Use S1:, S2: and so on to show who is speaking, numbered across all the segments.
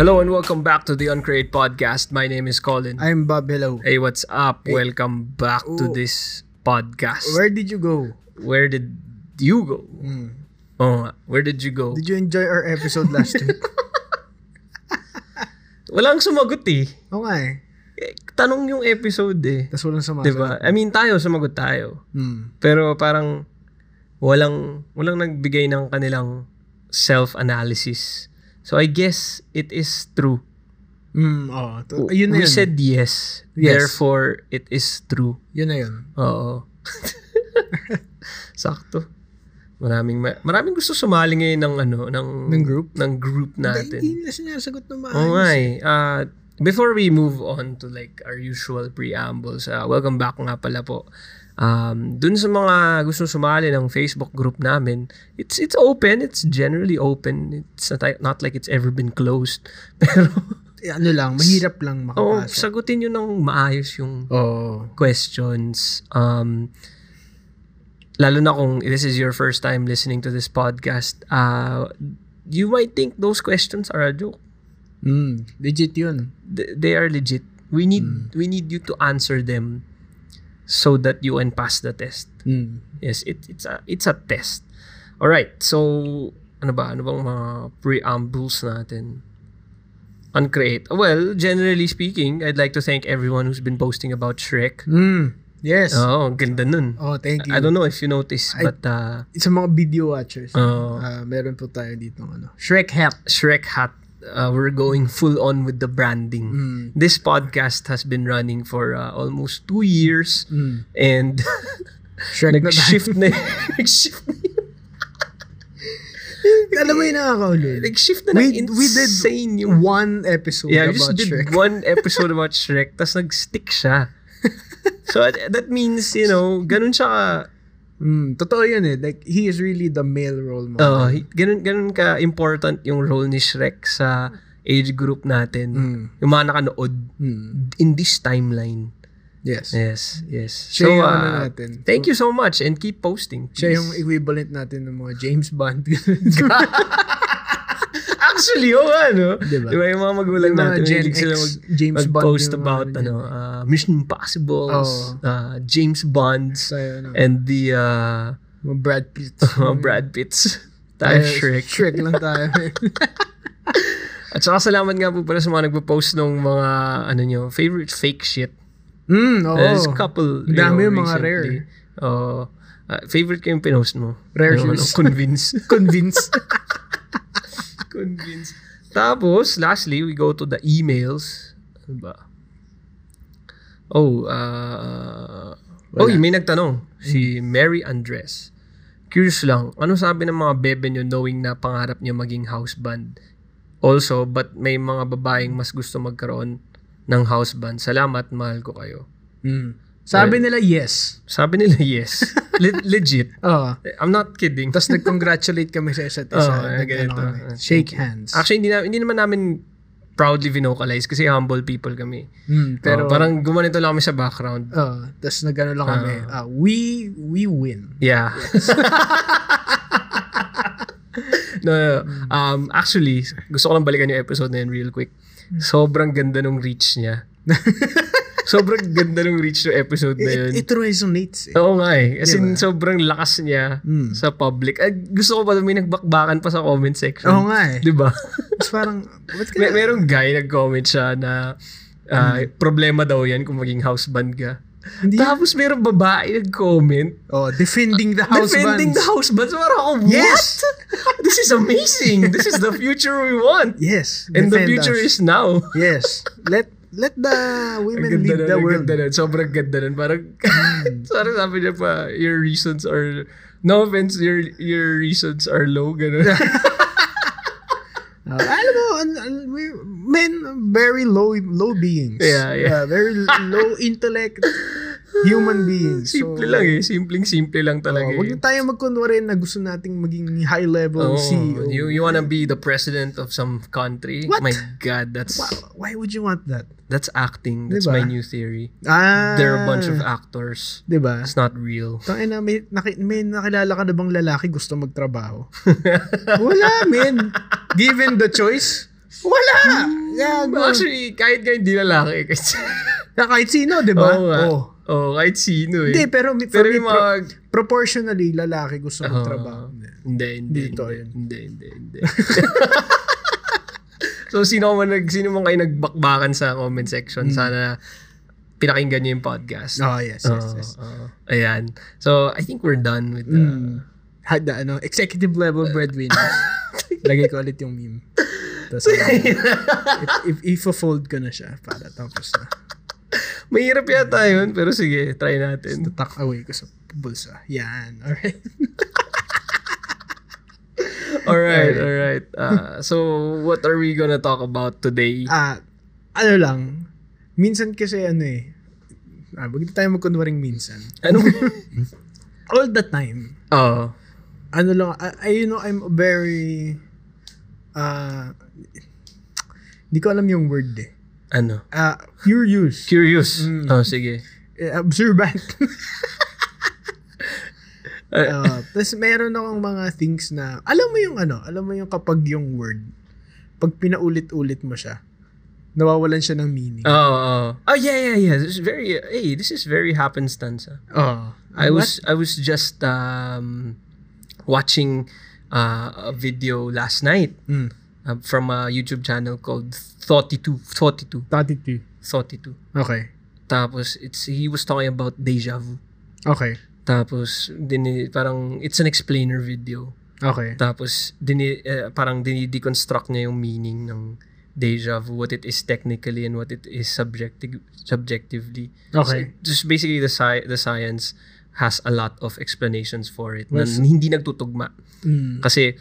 S1: Hello and welcome back to the Uncreate podcast. My name is Colin.
S2: I'm Bob. Hello.
S1: Hey, what's up? Welcome back to this podcast.
S2: Where did you go?
S1: Where did you go? Oh, where did you go?
S2: Did you enjoy our episode last week?
S1: Walang sumagot eh.
S2: Oo nga eh.
S1: Eh, Tanong yung episode eh.
S2: Tapos walang sumasagot.
S1: 'Di ba? I mean, tayo sumagot tayo.
S2: Hmm.
S1: Pero parang walang walang nagbigay ng kanilang self-analysis. So I guess it is true.
S2: Hmm, oo. To- yun
S1: Oh,
S2: na
S1: We
S2: yun.
S1: said yes,
S2: Yes.
S1: Therefore, it is true.
S2: yun na yun.
S1: Oo. Sakto. Maraming ma- maraming gusto sumali ngayon ng ano ng
S2: Ng group?
S1: ng group natin.
S2: Hindi nila sinasagot ng maayos.
S1: Oo nga eh. Ah, before we move on to like our usual preambles, ah, welcome back nga pala po. Um, dun sa mga gusto sumali ng Facebook group namin, it's it's open, it's generally open. It's not, not like it's ever been closed. Pero
S2: Eh, ano lang, mahirap lang
S1: oh,
S2: makapasok.
S1: sagutin niyo ng maayos yung
S2: Oo.
S1: questions. Um, lalo na kung this is your first time listening to this podcast, uh, you might think those questions are a joke.
S2: Hmm. Legit yun.
S1: Th- They are legit. We need we need you to answer them so that you can pass the test.
S2: Hmm.
S1: Yes, it, it's a it's a test. All right. So ano ba ano bang mga preambles natin? Uncreate. Well, generally speaking, I'd like to thank everyone who's been posting about Shrek.
S2: Hmm. Yes.
S1: Oh,
S2: Oh,
S1: ang ganda nun.
S2: thank you.
S1: I don't know if you noticed,
S2: I-
S1: but uh,
S2: Sa mga video watchers,
S1: uh,
S2: ah, meron po tayo dito ng ano. Shrek hat.
S1: Shrek Hat, uh, we're going full on with the branding.
S2: Hmm.
S1: This podcast has been running for uh, almost two years,
S2: Hmm.
S1: and
S2: Shrek na tayo.
S1: nag-shift na, nag-shift na,
S2: Alam mo yun nakakaulit.
S1: nag-shift na
S2: We-
S1: ng
S2: we did
S1: insane yung
S2: One episode
S1: Yeah, we
S2: about
S1: just did
S2: Shrek.
S1: one episode about Shrek, tas nag-stick siya. so that that means, you know, ganun siya ka-
S2: Mm, totoo yun eh. Like, he is really the male role
S1: Oo, uh,
S2: model.
S1: hi- ganun, ganun ka important yung role ni Shrek sa age group natin.
S2: Mm,
S1: Yung mga nakanood
S2: mm,
S1: in this timeline.
S2: yes.
S1: Yes, yes.
S2: Siya yung
S1: uh,
S2: ano natin.
S1: thank you so much and keep posting.
S2: Siya
S1: please.
S2: yung equivalent natin ng mga James Bond.
S1: Actually, yung ano.
S2: Diba?
S1: Diba yung mga magulang
S2: Yung mga
S1: natin,
S2: Gen
S1: mahilig sila
S2: X
S1: mag-
S2: James Bond.
S1: mag-post
S2: yung mga
S1: about
S2: ano
S1: ano,
S2: dyan.
S1: uh, Mission Impossibles,
S2: Oo.
S1: uh, James Bonds,
S2: So, ano,
S1: and the uh,
S2: mga Brad Pitt.
S1: Eh. mga Brad Pitts. Tayo, Shrek.
S2: Shrek lang tayo.
S1: At saka salamat nga po pala sa mga nagpo-post ng mga ano nyo, favorite fake shit.
S2: mm, oo.
S1: There's a couple. you know,
S2: Dami yung mga rare.
S1: recently. Oo. Ah, favorite ko yung pinost mo.
S2: Rare
S1: Yung ano,
S2: shoes.
S1: Convince.
S2: Convince.
S1: Convince. Tapos, lastly, we go to the emails. Ano ba? Oh, uh, oh, may nagtanong. Si Mary Andres. Curious lang, ano sabi ng mga bebe nyo knowing na pangarap nyo maging house band? Also, but may mga babaeng mas gusto magkaroon ng house band. Salamat, mahal ko kayo.
S2: mm. Sabi nila yes.
S1: Sabi nila yes. Le- legit.
S2: Oo.
S1: I'm not kidding.
S2: Tapos nag-congratulate kami sa isa't isa.
S1: Oo,
S2: Nag- ano
S1: ganito.
S2: kami,
S1: Ah,
S2: Shake hands.
S1: Actually, hindi, na, hindi naman namin proudly vinocalize kasi humble people kami.
S2: Mm,
S1: Pero
S2: pero
S1: parang gumanito lang kami sa background.
S2: Uh, Tapos nag-ano lang kami, ah, we we win.
S1: Yeah. no, no, no. Um, actually, gusto ko lang balikan yung episode na yun real quick. Sobrang ganda nung reach niya. sobrang ganda nung reach ng episode na yun.
S2: It, it resonates eh.
S1: Oo nga eh. As in,
S2: Diba?
S1: sobrang lakas niya
S2: Mm.
S1: sa public. Ay, gusto ko pa may nagbakbakan pa sa comment section.
S2: Oo nga eh.
S1: Di ba?
S2: Tapos parang, ba't ka
S1: May, merong guy nag-comment siya na ah, problema daw yan kung maging house band ka.
S2: Hindi.
S1: Tapos merong babae nag-comment
S2: Oh, defending the house
S1: defending the
S2: bands.
S1: house bands. Parang ako, what?
S2: Yes!
S1: This is amazing. This is the future we want.
S2: Yes.
S1: And the
S2: defend
S1: future is
S2: us.
S1: now.
S2: Yes. Let let the women
S1: Ang ganda
S2: lead
S1: nun,
S2: the
S1: ang
S2: world. Mm.
S1: ganda nun. Sobrang ganda nun. Parang, parang sabi niya pa, your reasons are, no offense, your your reasons are low. Ganun.
S2: Ah, alam mo, an- an- we- men are very low low beings.
S1: Yeah, yeah.
S2: Ah, very low intellect human beings. So,
S1: simple lang eh. Simpleng-simple lang
S2: oh,
S1: talaga
S2: huwag
S1: eh.
S2: na tayo magkunwari na gusto nating maging high
S1: Oh,
S2: level E CEO.
S1: you you wanna be the president of some country?
S2: What?
S1: My God, that's
S2: Why would you want that?
S1: that's acting. That's my
S2: Diba?
S1: new theory.
S2: Ah.
S1: There are a bunch of actors.
S2: Diba?
S1: It's not real.
S2: Tangina, may, naki, may nakilala ka na bang lalaki gusto magtrabaho? Wala, men. Given the choice, Wala! Gago.
S1: Actually, kahit ngayon di lalaki. Kasi,
S2: Na kahit sino, di ba?
S1: oo nga.
S2: Oo.
S1: Oo, kahit sino eh.
S2: Hindi, pero, mi- for
S1: Pero
S2: me,
S1: yung mga...
S2: pro- proportionally, lalaki gusto
S1: Oo.
S2: magtrabaho.
S1: Hindi, hindi.
S2: Dito
S1: hindi,
S2: yun.
S1: Hindi, hindi, hindi. so, sino man, nag, sino man kayo nagbakbakan sa comment section, sana pinakinggan niyo yung podcast.
S2: Oh, Hmm. yes, yes,
S1: Oo,
S2: yes.
S1: oo. ayan. So, I think we're done with the...
S2: Mm. Had the, ano, executive level breadwinners. Lagay ko ulit yung meme. Tapos, ano, if, if, fold ko na siya para tapos na.
S1: Mahirap yata yun, pero sige, try natin.
S2: Tuck away ko sa bulsa. Yan. Alright.
S1: Alright, alright. Uh, so, what are we gonna talk about today?
S2: Ah, ano lang. Minsan kasi ano eh. Ah, wag na tayo magkunwaring minsan.
S1: Ano?
S2: All the time.
S1: Oo.
S2: ano lang, I, I you know, I'm very, uh, di ko alam yung word eh.
S1: Ano?
S2: Uh, curious.
S1: Curious. Oh, sige.
S2: eh, observant.
S1: Uh,
S2: uh, Tapos meron akong mga things na, alam mo yung ano, alam mo yung kapag yung word, pag pinaulit-ulit mo siya, nawawalan siya ng meaning.
S1: oh, oh. Oh, yeah, yeah, yeah. This is very, hey, this is very happenstance. ah.
S2: Oo.
S1: I was, I was just, um, watching, uh, a video last night
S2: Mm.
S1: uh, from a YouTube channel called 32, 32,
S2: 32.
S1: 32.
S2: Okay.
S1: Tapos, it's, he was talking about deja vu.
S2: Okay.
S1: Tapos, dini, parang, it's an explainer video.
S2: Okay.
S1: Tapos, dini, eh, parang dinideconstruct niya yung meaning ng deja vu, what it is technically and what it is subjecti- subjectively. So,
S2: Okay.
S1: just basically, the, sci- the science has a lot of explanations for it na
S2: Yes.
S1: hindi nagtutugma.
S2: Mm.
S1: Kasi,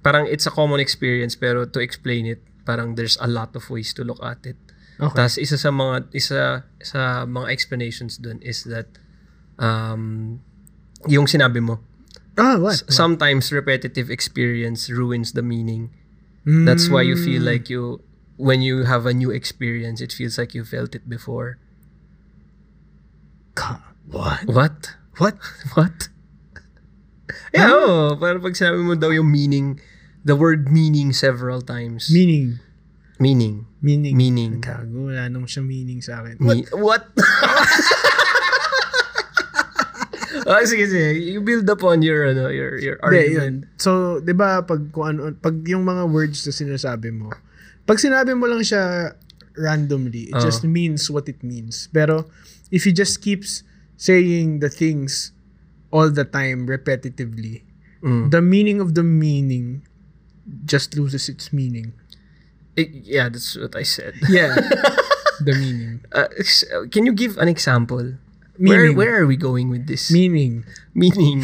S1: parang it's a common experience pero to explain it, parang there's a lot of ways to look at it.
S2: Okay.
S1: Tapos isa sa mga isa sa mga explanations dun is that um yung sinabi mo
S2: Ah, what?
S1: sometimes repetitive experience ruins the meaning.
S2: Mm.
S1: That's why you feel like you when you have a new experience it feels like you felt it before.
S2: Ka- What?
S1: What?
S2: What?
S1: What? Yeah, oh, parang pag sinabi mo daw yung meaning, the word meaning several times.
S2: Meaning.
S1: meaning.
S2: Meaning.
S1: Meaning.
S2: Kago, wala nung siya meaning sa akin.
S1: Me- what? Ah, sige, sige. You build up on your, ano, your, your
S2: Hindi,
S1: argument.
S2: yun. So, 'di ba pag kung ano, pag yung mga words na sinasabi mo, pag sinabi mo lang siya randomly, it
S1: Oo.
S2: just means what it means. Pero if you just keeps saying the things all the time repetitively,
S1: Mm.
S2: the meaning of the meaning just loses its meaning.
S1: Eh, yeah, that's what I said.
S2: Yeah. the meaning.
S1: Uh, ex- uh, can you give an example? Where
S2: Meaning.
S1: where are we going with this?
S2: Meaning.
S1: meaning.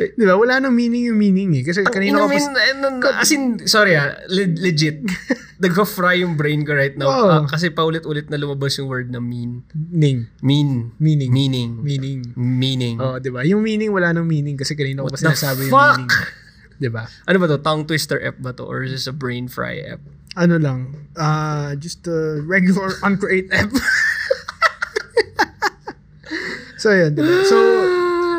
S2: 'Di ba? Wala nang meaning yung meaning eh. Kasi kanina
S1: Kanino
S2: ko
S1: I
S2: pa
S1: mean, as in, sorry ah, le- legit. Nagka-fry yung brain ko right now.
S2: Oo.
S1: Ah, kasi paulit-ulit na lumabas yung word na mean.
S2: meaning.
S1: Mean.
S2: Meaning.
S1: Meaning.
S2: Meaning.
S1: Meaning.
S2: Oh, 'di ba? Yung meaning wala nang meaning kasi kanina ko
S1: What
S2: pa
S1: the
S2: sinasabi yung
S1: fuck?
S2: meaning. 'Di ba?
S1: Ano ba to? Tongue twister app ba to? Or is this a brain fry app?
S2: Ano lang, uh, just a regular uncreate app. so, yun, 'di ba? So,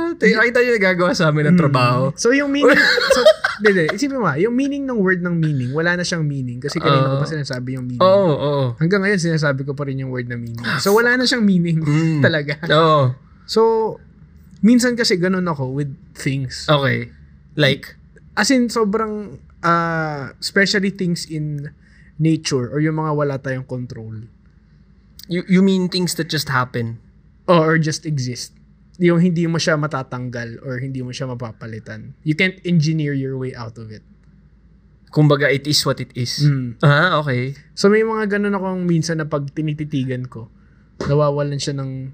S2: Ah,
S1: Tayo, ay tayo nagagawa sa amin
S2: Hmm.
S1: ng trabaho.
S2: so yung meaning, so, hindi, isipin mo, ah, yung meaning ng word ng meaning, wala na siyang meaning kasi kanina ko pa
S1: Oo.
S2: sinasabi yung meaning.
S1: Oo, oo.
S2: Hanggang ngayon, sinasabi ko pa rin yung word na meaning. So, wala na siyang meaning
S1: Mm.
S2: talaga.
S1: Oo.
S2: So, minsan kasi ganun ako with things.
S1: Okay. Like?
S2: As in, sobrang, uh, especially things in nature or yung mga wala tayong control.
S1: You, you mean things that just happen?
S2: or just exist. Yung hindi mo siya matatanggal or hindi mo siya mapapalitan. You can't engineer your way out of it.
S1: Kumbaga, it is what it is.
S2: Hmm.
S1: Ah, okay.
S2: So may mga ganun akong minsan na pag tinititigan ko, nawawalan siya ng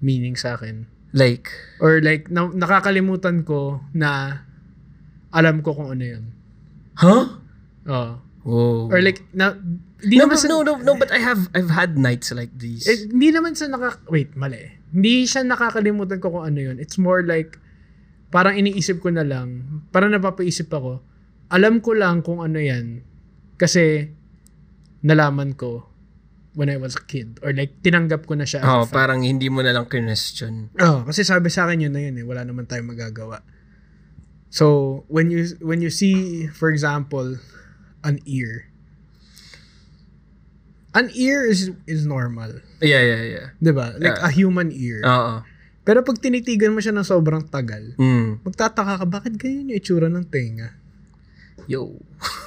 S2: meaning sa akin.
S1: Like?
S2: Or like, na- nakakalimutan ko na alam ko kung ano yun.
S1: Huh?
S2: Oo.
S1: Oh.
S2: Or like, na, hindi
S1: no,
S2: naman
S1: but,
S2: sa,
S1: no, no, no, but I have, I've had nights like these.
S2: eh, hindi naman sa naka, wait, mali. Hindi siya nakakalimutan ko kung ano yun. It's more like, parang iniisip ko na lang, parang napapaisip ako, alam ko lang kung ano yan, kasi nalaman ko when I was a kid. Or like, tinanggap ko na siya. as a
S1: oh,
S2: fact.
S1: parang hindi mo na lang question.
S2: Oo, kasi sabi sa akin yun na yun eh, wala naman tayong magagawa. So, when you when you see, for example, an ear. An ear is is normal.
S1: Yeah, yeah, yeah.
S2: 'Di ba? Like
S1: Yeah.
S2: a human ear.
S1: Oo.
S2: Pero pag tinitigan mo siya ng sobrang tagal,
S1: Mm.
S2: magtataka ka, bakit ganyan yung itsura ng tenga?
S1: Yo.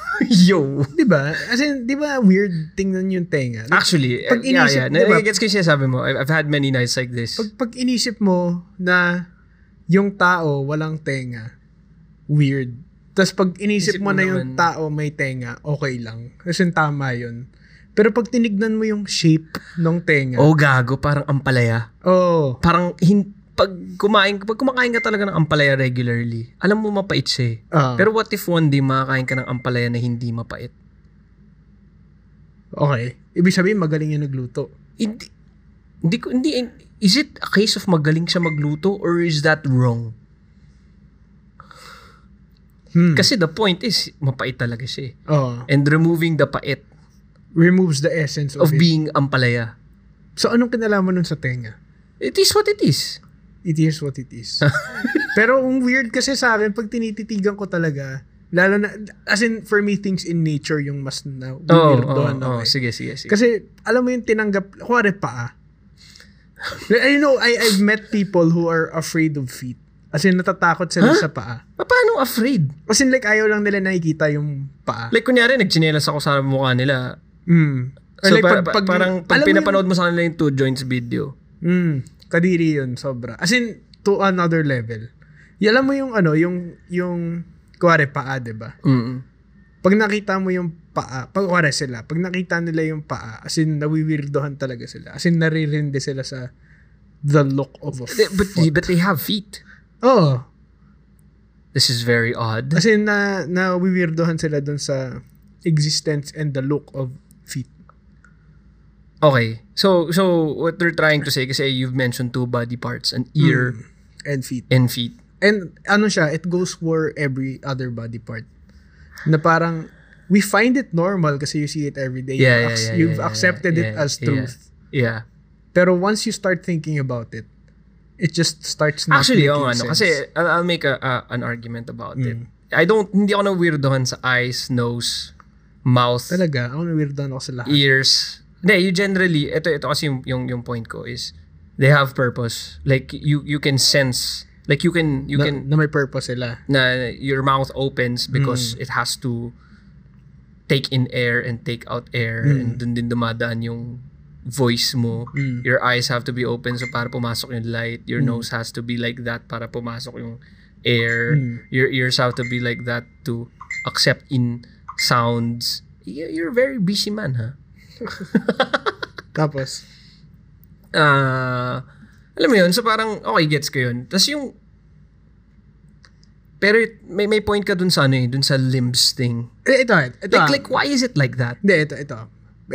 S1: Yo.
S2: Di ba? As in, di ba weird tingnan yung tenga? Like,
S1: Actually, Pag
S2: Pag
S1: yeah,
S2: inisip,
S1: yeah.
S2: di ba?
S1: Na, gets ko yung sinasabi mo. I've, I've had many nights like this.
S2: pag, pag inisip mo na yung tao walang tenga, weird. Tapos pag
S1: Isip
S2: inisip
S1: mo
S2: mo na yung
S1: naman-
S2: tao may tenga, okay lang. As in, tama yun. Pero pag tinignan mo yung shape ng tenga,
S1: oh,
S2: oh,
S1: gago. Parang ampalaya. Parang, hin- pag kumain, pag kumakain ka talaga ng ampalaya regularly, alam mo mapait siya eh.
S2: ah,
S1: Pero what if one day makakain ka ng ampalaya na hindi mapait?
S2: okay. Ibig sabihin, magaling yung nagluto.
S1: Hindi, hindi ko, hindi, is it a case of magaling siya magluto or is that wrong?
S2: Hmm.
S1: Kasi the point is, mapait talaga siya eh.
S2: Oo.
S1: And removing the pait
S2: removes the essence of,
S1: of
S2: it.
S1: being ampalaya.
S2: So, anong kinalaman nun sa tenga?
S1: It is what it is.
S2: It is what it is. Pero ang weird kasi sa akin, pag tinititigan ko talaga, lalo na, as in, for me, things in nature yung mas na weird
S1: Oo,
S2: doon.
S1: oo,
S2: ako
S1: oo.
S2: eh.
S1: Oh, Sige, sige, sige.
S2: Kasi, alam mo yung tinanggap, kuwari paa. I know, I, I've met people who are afraid of feet. As in, natatakot sila
S1: Huh?
S2: sa paa.
S1: Pa- Paano afraid?
S2: As in, like, ayaw lang nila nakikita yung paa.
S1: Like, kunyari, nagchinelas ako sa mukha nila.
S2: mm. Or
S1: So,
S2: like,
S1: pa-
S2: pag-
S1: pa-
S2: pag-
S1: parang pag
S2: alam mo
S1: pinapanood mo sa kanila yung two joints video.
S2: Mm, kadiri yun, sobra. As in, to another level. Y- alam mo yung ano, yung, yung, kuwari paa, di ba?
S1: Mm.
S2: Pag nakita mo yung paa, pag kuwari sila, pag nakita nila yung paa, as in, nawiwirdohan talaga sila. As in, naririndi sila sa the look of a
S1: They- But,
S2: foot.
S1: but they have feet.
S2: Oo.
S1: This is very odd.
S2: As in, na, nawiwirdohan sila dun sa existence and the look of feet.
S1: Okay. So, so what they're trying to say, kasi you've mentioned two body parts, an ear
S2: Mm. And feet.
S1: and feet.
S2: And ano siya, it goes for every other body part. Na parang, we find it normal kasi you see it every day.
S1: Yeah,
S2: you've
S1: yeah,
S2: ac-
S1: yeah,
S2: you've
S1: yeah,
S2: accepted
S1: yeah,
S2: it
S1: yeah,
S2: as
S1: yeah.
S2: truth.
S1: Yeah.
S2: Pero once you start thinking about it, it just starts not
S1: Actually,
S2: making
S1: oo nga, no.
S2: sense.
S1: Kasi I'll, I'll make a, a- an argument about it.
S2: Mm.
S1: I don't, hindi ako na weirdohan sa eyes, nose, mouth,
S2: Talaga, ako na-weirdan ako sa lahat.
S1: ears. Hindi, you generally, ito, ito kasi yung, yung, yung point ko is, they have purpose. Like, you you can sense, like you can, you
S2: na,
S1: can,
S2: na may purpose sila.
S1: na your mouth opens
S2: Mm.
S1: because it has to take in air and take out air and dun din dumadaan yung voice mo.
S2: Mm.
S1: Your eyes have to be open so para pumasok yung light. Your nose has to be like that para pumasok yung air.
S2: Mm.
S1: Your ears have to be like that to accept in sounds. Y- You're a very busy man, ha?
S2: Tapos,
S1: Ah, alam mo yun, so parang okay gets ko yun. Tapos yung pero it- may may point ka dun sa ano eh, dun sa limbs thing.
S2: eh, ito, ito.
S1: Like,
S2: ah.
S1: like why is it like that?
S2: Hindi, ito, ito.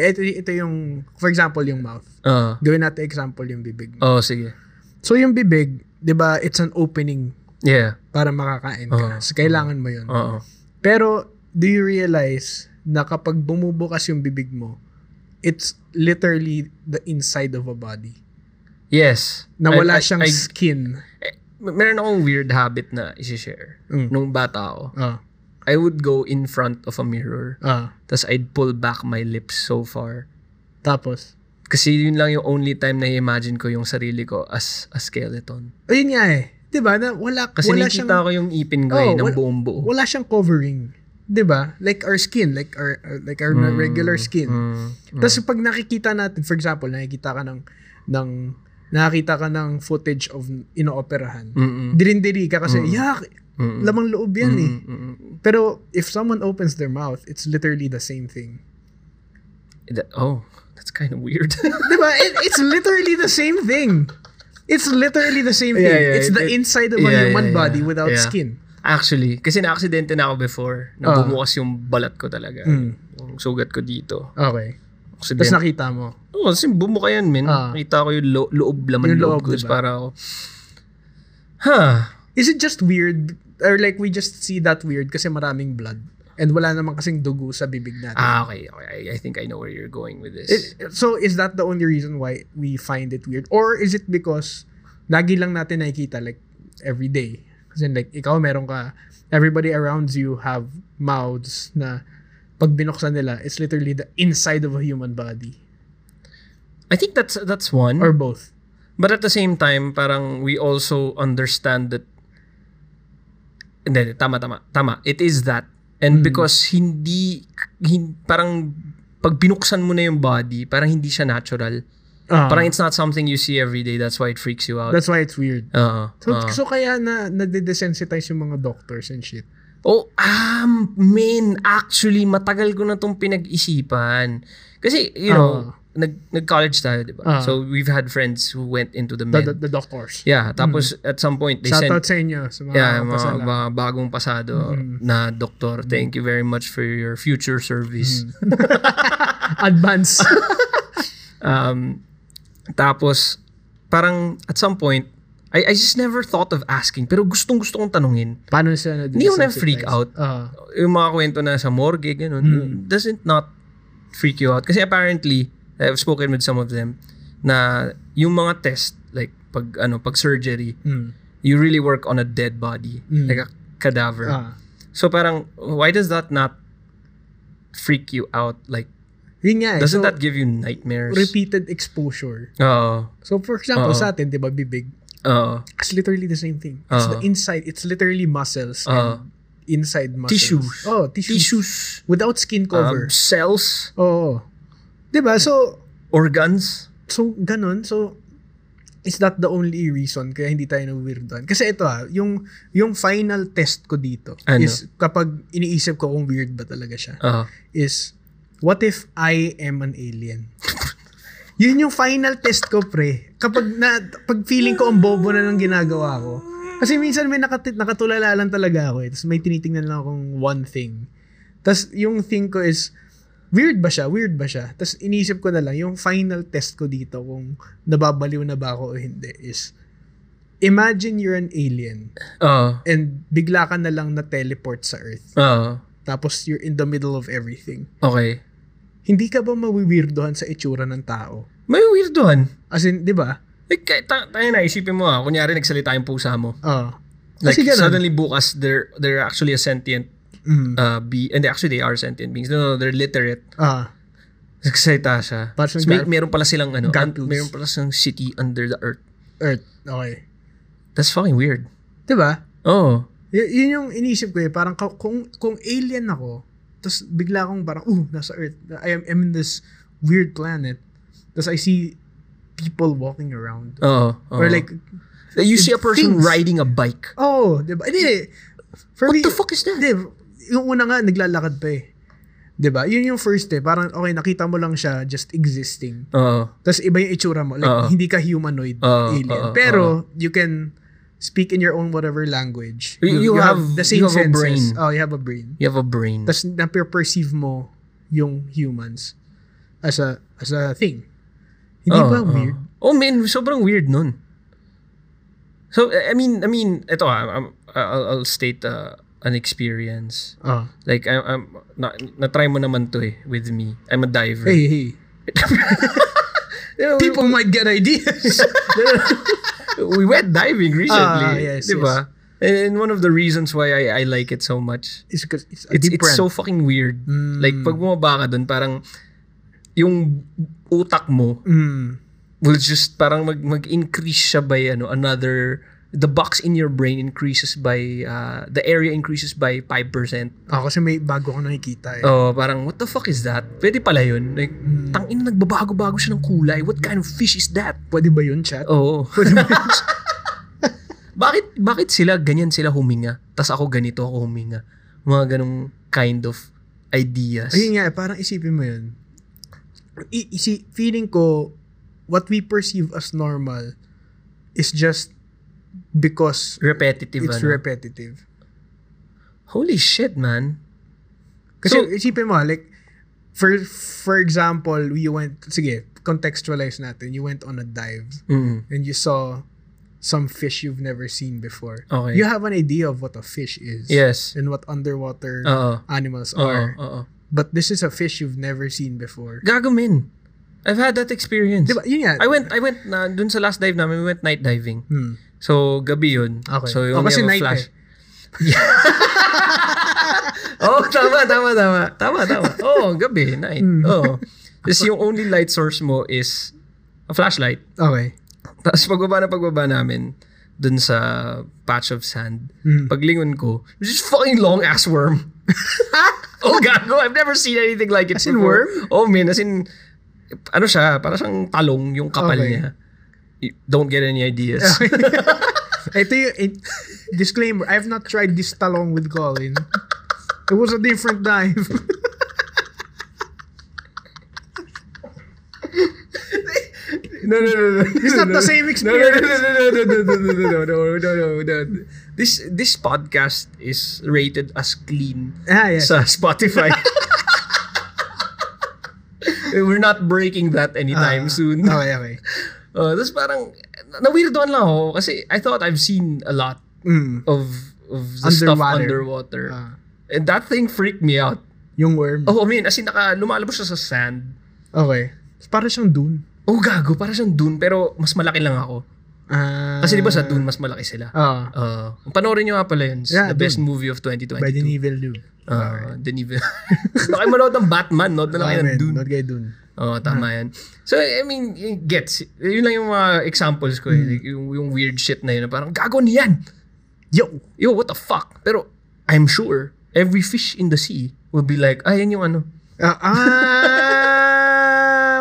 S2: Ito, ito yung, for example, yung mouth.
S1: Uh,
S2: Gawin natin example yung bibig.
S1: oh, sige.
S2: So, yung bibig, di ba, it's an opening
S1: Yeah.
S2: para makakain
S1: Oo.
S2: ka. So, kailangan mo yun.
S1: Oo.
S2: Pero, do you realize na kapag bumubukas yung bibig mo, it's literally the inside of a body.
S1: Yes.
S2: Na
S1: I-
S2: wala
S1: I-
S2: siyang
S1: I-
S2: skin.
S1: eh, meron akong weird habit na isi-share.
S2: Mm.
S1: Nung bata ako,
S2: Ah,
S1: I would go in front of a mirror,
S2: ah,
S1: tapos I'd pull back my lips so far.
S2: tapos.
S1: Kasi yun lang yung only time na imagine ko yung sarili ko as a skeleton.
S2: Ayun nga eh. Di ba? Na wala,
S1: Kasi
S2: wala
S1: nakita
S2: siyang, Oh,
S1: ko yung ipin ko eh,
S2: Oo,
S1: ng
S2: wala-
S1: buong buo.
S2: wala siyang covering. Di ba? Like our skin, like our, our- like our
S1: Hmm.
S2: regular skin.
S1: Mm, mm.
S2: Tapos pag nakikita natin, for example, nakikita ka ng, ng nakakita ka ng footage of inooperahan.
S1: Mm-mm.
S2: Dirindiri ka kasi, yak,
S1: Mm-mm.
S2: lamang loob yan eh.
S1: Mm-mm.
S2: Pero if someone opens their mouth, it's literally the same thing.
S1: That- oh, that's kind of weird.
S2: diba? It, it's literally the same thing. It's literally the same thing.
S1: Yeah, yeah,
S2: it's the
S1: it-
S2: inside of
S1: yeah,
S2: a human
S1: yeah,
S2: body
S1: yeah,
S2: without
S1: yeah.
S2: skin.
S1: Actually, kasi na-aksidente na ako before.
S2: Ah.
S1: Nabumukas yung balat ko talaga.
S2: Mm.
S1: Yung sugat ko dito.
S2: Okay. Tapos
S1: Aksidente.
S2: nakita mo.
S1: Oo, kasi bumuka yan, men.
S2: Ah.
S1: Nakita ko yung lo- loob, laman
S2: Yung
S1: loob,
S2: loob,
S1: ko.
S2: diba?
S1: Tapos para ako, huh,
S2: Is it just weird? Or like we just see that weird kasi maraming blood. And wala naman kasing dugo sa bibig natin.
S1: ah, okay, okay. I, I think I know where you're going with this.
S2: It- so is that the only reason why we find it weird? Or is it because lagi lang natin nakikita like every day? Kasi like ikaw meron ka, everybody around you have mouths na pag binuksan nila, it's literally the inside of a human body.
S1: I think that's that's one.
S2: Or both.
S1: But at the same time, parang we also understand that hindi, tama, tama, tama. It is that.
S2: Hmm.
S1: And because hindi, hin, parang pag binuksan mo na yung body, parang hindi siya natural.
S2: Ah,
S1: Parang it's not something you see every day. That's why it freaks you out. Uh-huh,
S2: that's why it's weird.
S1: Oo.
S2: So,
S1: oo.
S2: so kaya na nadedesensitize yung mga doctors and shit.
S1: Oh, um, men, actually, matagal ko na tong pinag-isipan. Kasi, you know,
S2: Ah.
S1: nag, nag-college tayo, di ba?
S2: Ah.
S1: So, we've had friends who went into the
S2: The,
S1: med.
S2: the, the doctors.
S1: yeah, tapos at some point, they
S2: Shout
S1: sent,
S2: out sa inyo. Hmm. Sa mga Hmm.
S1: yeah, mga
S2: pasala.
S1: ba- bagong pasado na doktor. Thank you very much for your future service.
S2: Advance. Hmm.
S1: Um, tapos, parang at some point, I, I just never thought of asking. Pero gustong gusto kong tanungin.
S2: Paano siya nadedesensitize?
S1: Hindi ako na-freak out.
S2: Ah.
S1: Yung mga kwento na sa morgue, ganun,
S2: Hmm.
S1: doesn't not freak you out. Kasi apparently, I've spoken with some of them, na yung mga test, like pag, ano, pag surgery,
S2: mm,
S1: you really work on a dead body,
S2: Mm.
S1: like a cadaver.
S2: ah.
S1: So parang, why does that not freak you out? Like,
S2: Yun nga eh.
S1: doesn't
S2: So,
S1: that give you nightmares?
S2: repeated exposure.
S1: Oo.
S2: So for example,
S1: Oo.
S2: sa atin, di ba, bibig?
S1: Oo.
S2: It's literally the same thing. It's
S1: Oo.
S2: the inside. It's literally muscles
S1: Oo.
S2: and inside muscles.
S1: Uh-huh. Tissues.
S2: Oh, tissues.
S1: Tissues.
S2: Without skin cover.
S1: Um, cells.
S2: Oo. Di ba? So,
S1: Organs.
S2: so ganun. So, is that the only reason kaya hindi tayo na-weirdoan? Kasi ito ah, yung, yung final test ko dito
S1: Ano?
S2: is kapag iniisip ko kung weird ba talaga siya,
S1: Oo.
S2: is what if I am an alien? Yun yung final test ko, pre. Kapag na, pag feeling ko ang bobo na ng ginagawa ko. Kasi minsan may nakatit, nakatulala lang talaga ako eh. Tapos may tinitingnan lang akong one thing. Tapos yung thing ko is, weird ba siya? Weird ba siya? Tapos inisip ko na lang, yung final test ko dito kung nababaliw na ba ako o hindi is, imagine you're an alien
S1: Oo.
S2: and bigla ka na lang na-teleport sa Earth.
S1: Oo.
S2: Tapos you're in the middle of everything.
S1: Okay.
S2: Hindi ka ba mawiwirdohan sa itsura ng tao?
S1: May weirdohan.
S2: As in, di ba?
S1: Like, kaya- ta- tayo na, isipin mo ah. Kunyari, nagsalita yung pusa mo.
S2: Oo.
S1: Like,
S2: Kasi ganun.
S1: suddenly bukas, they're, they're actually a sentient
S2: Mm.
S1: uh, be And actually, they are sentient beings. No, no, they're literate.
S2: Ah.
S1: Nagsalita siya.
S2: Parang
S1: Tapos may,
S2: gar-
S1: meron pala silang ano. an-
S2: gargles.
S1: meron pala silang city under the earth.
S2: Earth. Okay.
S1: That's fucking weird. Oh,
S2: Di ba?
S1: Oo.
S2: Y- yun yung inisip ko eh. Parang ka- kung, kung alien ako, tapos bigla akong parang, uh, nasa Earth. I am, am in this weird planet. Tapos I see people walking around.
S1: Oo. oo.
S2: Or like,
S1: oh, you see a person
S2: things.
S1: riding a bike.
S2: oh, di ba? Hindi. For
S1: What
S2: me-
S1: the fuck is that?
S2: Hindi, yung una nga, naglalakad pa eh. 'Di ba? Yun yung first eh. Parang, okay, nakita mo lang siya just existing.
S1: Oo.
S2: Tapos iba yung itsura mo. Like,
S1: Oo.
S2: hindi ka humanoid
S1: Oo,
S2: alien.
S1: oo,
S2: Pero, you can speak in your own whatever language.
S1: You- you have- you have a brain.
S2: Oh, you have a brain.
S1: You have a brain.
S2: Tapos, nape-perceive mo yung humans as a as a thing. Hindi
S1: Oo,
S2: ba
S1: oo.
S2: weird?
S1: Oh man, sobrang weird nun. So, I I mean, I mean, ito ah, I'm- I'll, I'll state uh, an experience.
S2: Oh.
S1: Like, I'm, I'm, na, na-try mo naman to eh, with me. I'm a diver.
S2: Hey, hey.
S1: You know, we-
S2: People might get ideas.
S1: we went diving recently.
S2: Ah, yes,
S1: di ba? And, and one of the reasons why I, I like it so much,
S2: it's because it's a
S1: it's,
S2: deep
S1: it's
S2: breath.
S1: so fucking weird.
S2: Mm.
S1: Like, pag bumaba ka dun, parang yung utak mo
S2: Mm.
S1: will just parang mag, mag-increase siya by ano another the box in your brain increases by uh, the area increases by 5%.
S2: Ah, kasi may bago ko nakikita eh.
S1: Oh, parang what the fuck is that? Pwede pala 'yun. Like
S2: Mm.
S1: tangina nagbabago-bago siya ng kulay. What kind of fish is that?
S2: Pwede ba yun, chat?
S1: Oo. bakit bakit sila ganyan sila huminga? Tas ako ganito ako huminga. Mga ganong kind of ideas.
S2: Ayun nga, eh, parang isipin mo yun. I- isi- feeling ko, what we perceive as normal is just because
S1: Repetitive
S2: it's
S1: ano?
S2: repetitive.
S1: Holy shit, man.
S2: Kasi
S1: So-
S2: isipin mo, like, for for example, you went, sige, contextualize natin, you went on a dive
S1: Mm.
S2: and you saw some fish you've never seen before.
S1: Okay.
S2: You have an idea of what a fish is
S1: Yes. Uh,
S2: and what underwater
S1: Oo.
S2: animals
S1: Oo.
S2: are.
S1: Oo.
S2: But this is a fish you've never seen before.
S1: Gago men. I've had that experience.
S2: Di ba? Yun nga.
S1: I went I went na dun sa last dive namin, we went night diving.
S2: Hmm.
S1: So gabi yun.
S2: Okay.
S1: So
S2: Oh,
S1: yung
S2: kasi
S1: may
S2: night
S1: flash.
S2: eh.
S1: Oo, Oh, tama, tama, tama. Tama, tama. Oo, gabi, night.
S2: Hmm.
S1: Oo. Tapos yung only light source mo is a flashlight.
S2: Okay.
S1: Tapos pagbaba na pagbaba namin, dun sa patch of sand,
S2: Hmm.
S1: paglingon ko, there's this fucking long ass worm. oh, gago. I've never seen anything like it
S2: As in
S1: before.
S2: worm?
S1: Oh, man. As in, ano siya, para siyang talong yung kapal
S2: Okay.
S1: niya. You don't get any ideas.
S2: Ito yung, it- disclaimer, I have not tried this talong with Colin. It was a different dive.
S1: No, no, no, no.
S2: It's not the same experience.
S1: No, no, no, no, no, no, no, no, no, no, no, no, no. This this podcast is rated as clean
S2: ah, yes.
S1: sa Spotify. We're not breaking that anytime
S2: Ah,
S1: soon.
S2: Okay, okay.
S1: Uh, Tapos parang, na-weirdoan lang ako kasi I thought I've seen a lot
S2: Mm.
S1: of of the stuff
S2: Underwater.
S1: underwater.
S2: Ah,
S1: And that thing freaked me out.
S2: yung worm.
S1: Oh, I mean, as in, naka, lumalabas siya sa sand.
S2: Okay. Parang siyang dune.
S1: Oh, gago, para siyang dun, pero mas malaki lang ako.
S2: Ah.
S1: Kasi di ba sa dun, mas malaki sila.
S2: Ah.
S1: Uh, panoorin nyo nga pala yun. It's
S2: Yeah,
S1: the best
S2: dude.
S1: movie of 2022.
S2: by Denis Dune.
S1: Uh, Denis Baka manood ng Batman, no? Na lang kayo ng Dune.
S2: Not kay Dune.
S1: Oo, tama
S2: Ah.
S1: yan. So, I mean, y- gets. Yun lang yung mga examples ko. eh.
S2: Hmm.
S1: Like, yung, yung weird shit na yun. na Parang, gago niyan!
S2: Yo!
S1: Yo, what the fuck? Pero, I'm sure, every fish in the sea will be like, ah, yan yung ano.
S2: Ah, ah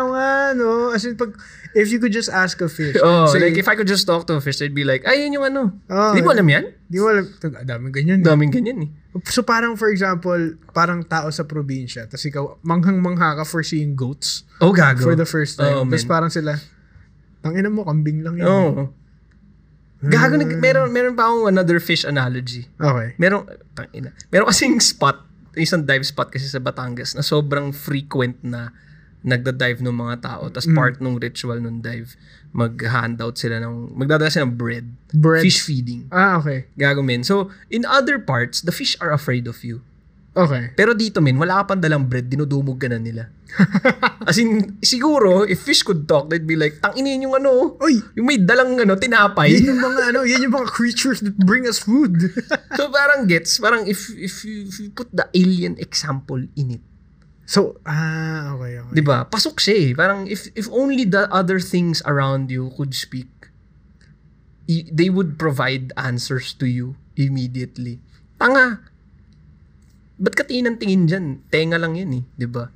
S2: ano, as in pag, if you could just ask a fish.
S1: Oh,
S2: say,
S1: like, if I could just talk to a fish, they'd be like, ah, yan yung ano.
S2: Oh,
S1: Hindi mo alam yan?
S2: Di mo alam, tag, ah, daming ganyan. eh.
S1: Daming ganyan eh.
S2: So parang for example, parang tao sa probinsya, tapos ikaw, manghang-mangha ka for seeing goats
S1: Oh, gago.
S2: for the first time.
S1: Oh, man. Oh.
S2: tapos parang sila, tangina mo, kambing lang yun.
S1: Oo. Hmm. Gago, nag- meron, meron pa akong another fish analogy.
S2: Okay.
S1: Meron, tangina. Meron kasing spot, isang dive spot kasi sa Batangas na sobrang frequent na nagda-dive ng mga tao. Tapos part ng ritual ng dive, mag-handout sila ng, magdadala sila ng bread.
S2: Bread.
S1: Fish feeding.
S2: Ah, okay.
S1: Gago men. So, in other parts, the fish are afraid of you.
S2: Okay.
S1: Pero dito men, wala ka pang dalang bread, dinudumog ka na nila. As in, siguro, if fish could talk, they'd be like, tanginin yung ano,
S2: Oy!
S1: yung may dalang ano, tinapay.
S2: Yan yung mga ano, yan yung mga creatures that bring us food.
S1: so parang gets, parang if, if, you, if you put the alien example in it,
S2: so, ah, okay, okay.
S1: Di ba? Pasok siya eh. Parang if, if only the other things around you could speak, i- they would provide answers to you immediately. Tanga! Ba't ka tingin dyan? Tenga lang yan eh. Di ba?